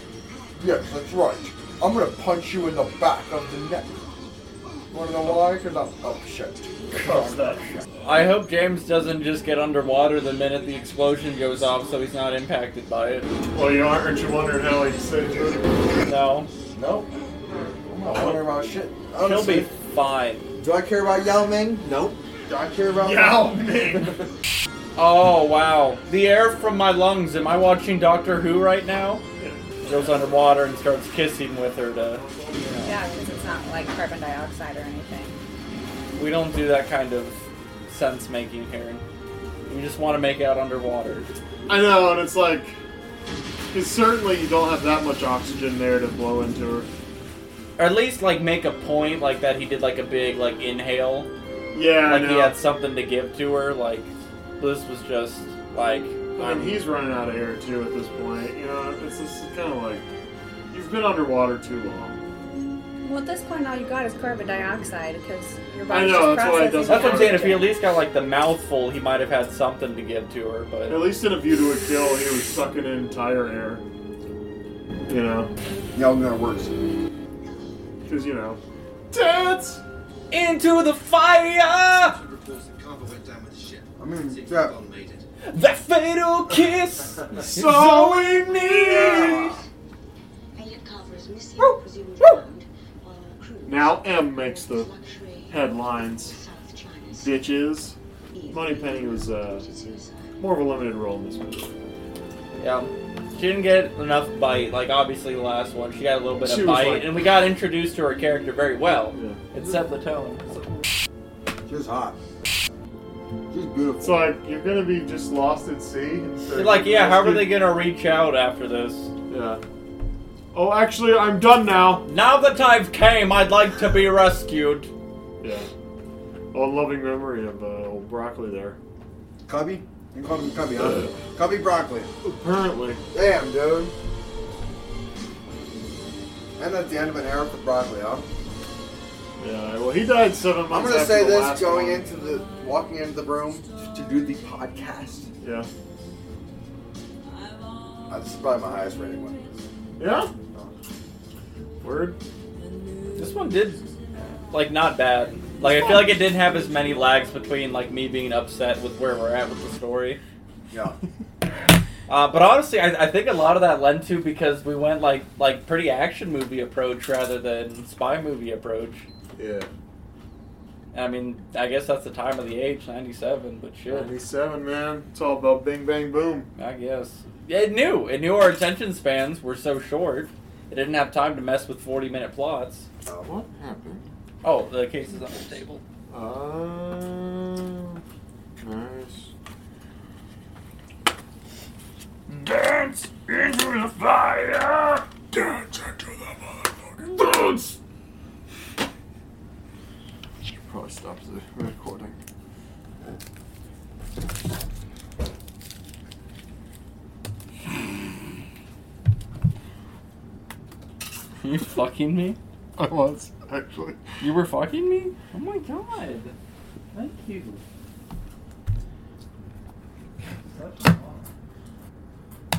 Speaker 2: Yes, that's right. I'm gonna punch you in the back of the neck. Wanna know why? Because I'm oh, upset.
Speaker 4: I hope James doesn't just get underwater the minute the explosion goes off, so he's not impacted by it.
Speaker 3: Well, you aren't you wondering how he saved it?
Speaker 4: No,
Speaker 2: Nope. I'm not wondering about shit.
Speaker 4: he'll
Speaker 2: Honestly,
Speaker 4: be fine.
Speaker 2: Do I care about Yao Ming? Nope. Do I care about
Speaker 3: Yao Ming.
Speaker 4: Oh wow, the air from my lungs. Am I watching Doctor Who right now? Goes underwater and starts kissing with her. To
Speaker 9: Yeah, because it's not like carbon dioxide or anything.
Speaker 4: we don't do that kind of sense making here. We just want to make out underwater.
Speaker 3: I know, and it's like, because certainly you don't have that much oxygen there to blow into her.
Speaker 4: or at least like make a point like that he did like a big like inhale
Speaker 3: Yeah,
Speaker 4: like
Speaker 3: I
Speaker 4: he
Speaker 3: know.
Speaker 4: had something to give to her like this was just like um,
Speaker 3: I mean, he's running out of air too at this point. You know, it's just kind of like you've been underwater too long.
Speaker 9: Well, at this point, all you got is carbon dioxide because your
Speaker 3: I
Speaker 9: body's
Speaker 3: know, that's why it
Speaker 9: just processing
Speaker 3: doesn't
Speaker 4: that's what i'm saying if he at
Speaker 9: everything.
Speaker 4: least got like the mouthful he might have had something to give to her
Speaker 3: At
Speaker 4: but
Speaker 3: least in a view to a kill, he was sucking in tire air. You know,
Speaker 2: Yao Ming works.
Speaker 3: because you know, dance.
Speaker 4: into the fire
Speaker 5: Reports the cargo went down with the ship.
Speaker 2: I mean,
Speaker 5: Six
Speaker 2: that-
Speaker 5: people made it.
Speaker 4: that fatal kiss
Speaker 3: So we need.
Speaker 7: Elliot Carver is missing, presumed drowned, while our crew.
Speaker 3: Now M makes the
Speaker 7: Luxury
Speaker 3: headlines.
Speaker 7: South China Sea.
Speaker 3: Bitches. Moneypenny was uh, more of a limited role in this movie.
Speaker 4: yeah she didn't get enough bite like obviously the last one she got a little bit
Speaker 3: She
Speaker 4: of
Speaker 3: was
Speaker 4: bite
Speaker 3: like-
Speaker 4: and we got introduced to her character very well
Speaker 3: Yeah.
Speaker 4: it set the tone
Speaker 2: She's hot. She's beautiful.
Speaker 3: It's like you're gonna be just lost at sea. instead of-
Speaker 4: like yeah how are they gonna reach out after this
Speaker 3: Yeah. Oh, actually, I'm done now.
Speaker 4: Now that I've came, I'd like to be rescued.
Speaker 3: Yeah. Oh, loving memory of uh, old broccoli there.
Speaker 2: Cubby? You call him Cubby, huh? Cubby Broccoli.
Speaker 3: Apparently.
Speaker 2: Damn, dude. And that's the end of an era for Broccoli, huh?
Speaker 3: Yeah. Well, he died seven
Speaker 2: I'm
Speaker 3: months.
Speaker 2: gonna
Speaker 3: after
Speaker 2: say
Speaker 3: the
Speaker 2: this
Speaker 3: last
Speaker 2: going
Speaker 3: one.
Speaker 2: into the walking into the room to do the podcast.
Speaker 3: Yeah.
Speaker 2: Uh, this is probably my highest rated one.
Speaker 3: Yeah. Word.
Speaker 4: This one did, like, not bad. Like, I feel like it didn't have as many lags between, like, me being upset with where we're at with the story.
Speaker 2: Yeah.
Speaker 4: Uh, but honestly, I, I think a lot of that lent to because we went, like, like pretty action movie approach rather than spy movie approach.
Speaker 2: yeah.
Speaker 4: I mean, I guess that's the time of the age, 97, but shit.
Speaker 3: Ninety-seven, man. It's all about bing, bang, boom.
Speaker 4: I guess. Yeah, It knew. It knew our attention spans were so short. It didn't have time to mess with 40 minute plots.
Speaker 3: what happened?
Speaker 4: Oh, the case is on the table.
Speaker 3: Uh, nice.
Speaker 8: Dance into the fire! Dance into the motherfucking dance!
Speaker 3: Should probably stop the recording.
Speaker 4: Are you fucking me?
Speaker 3: I was actually.
Speaker 4: You were fucking me? Oh my god. Thank you.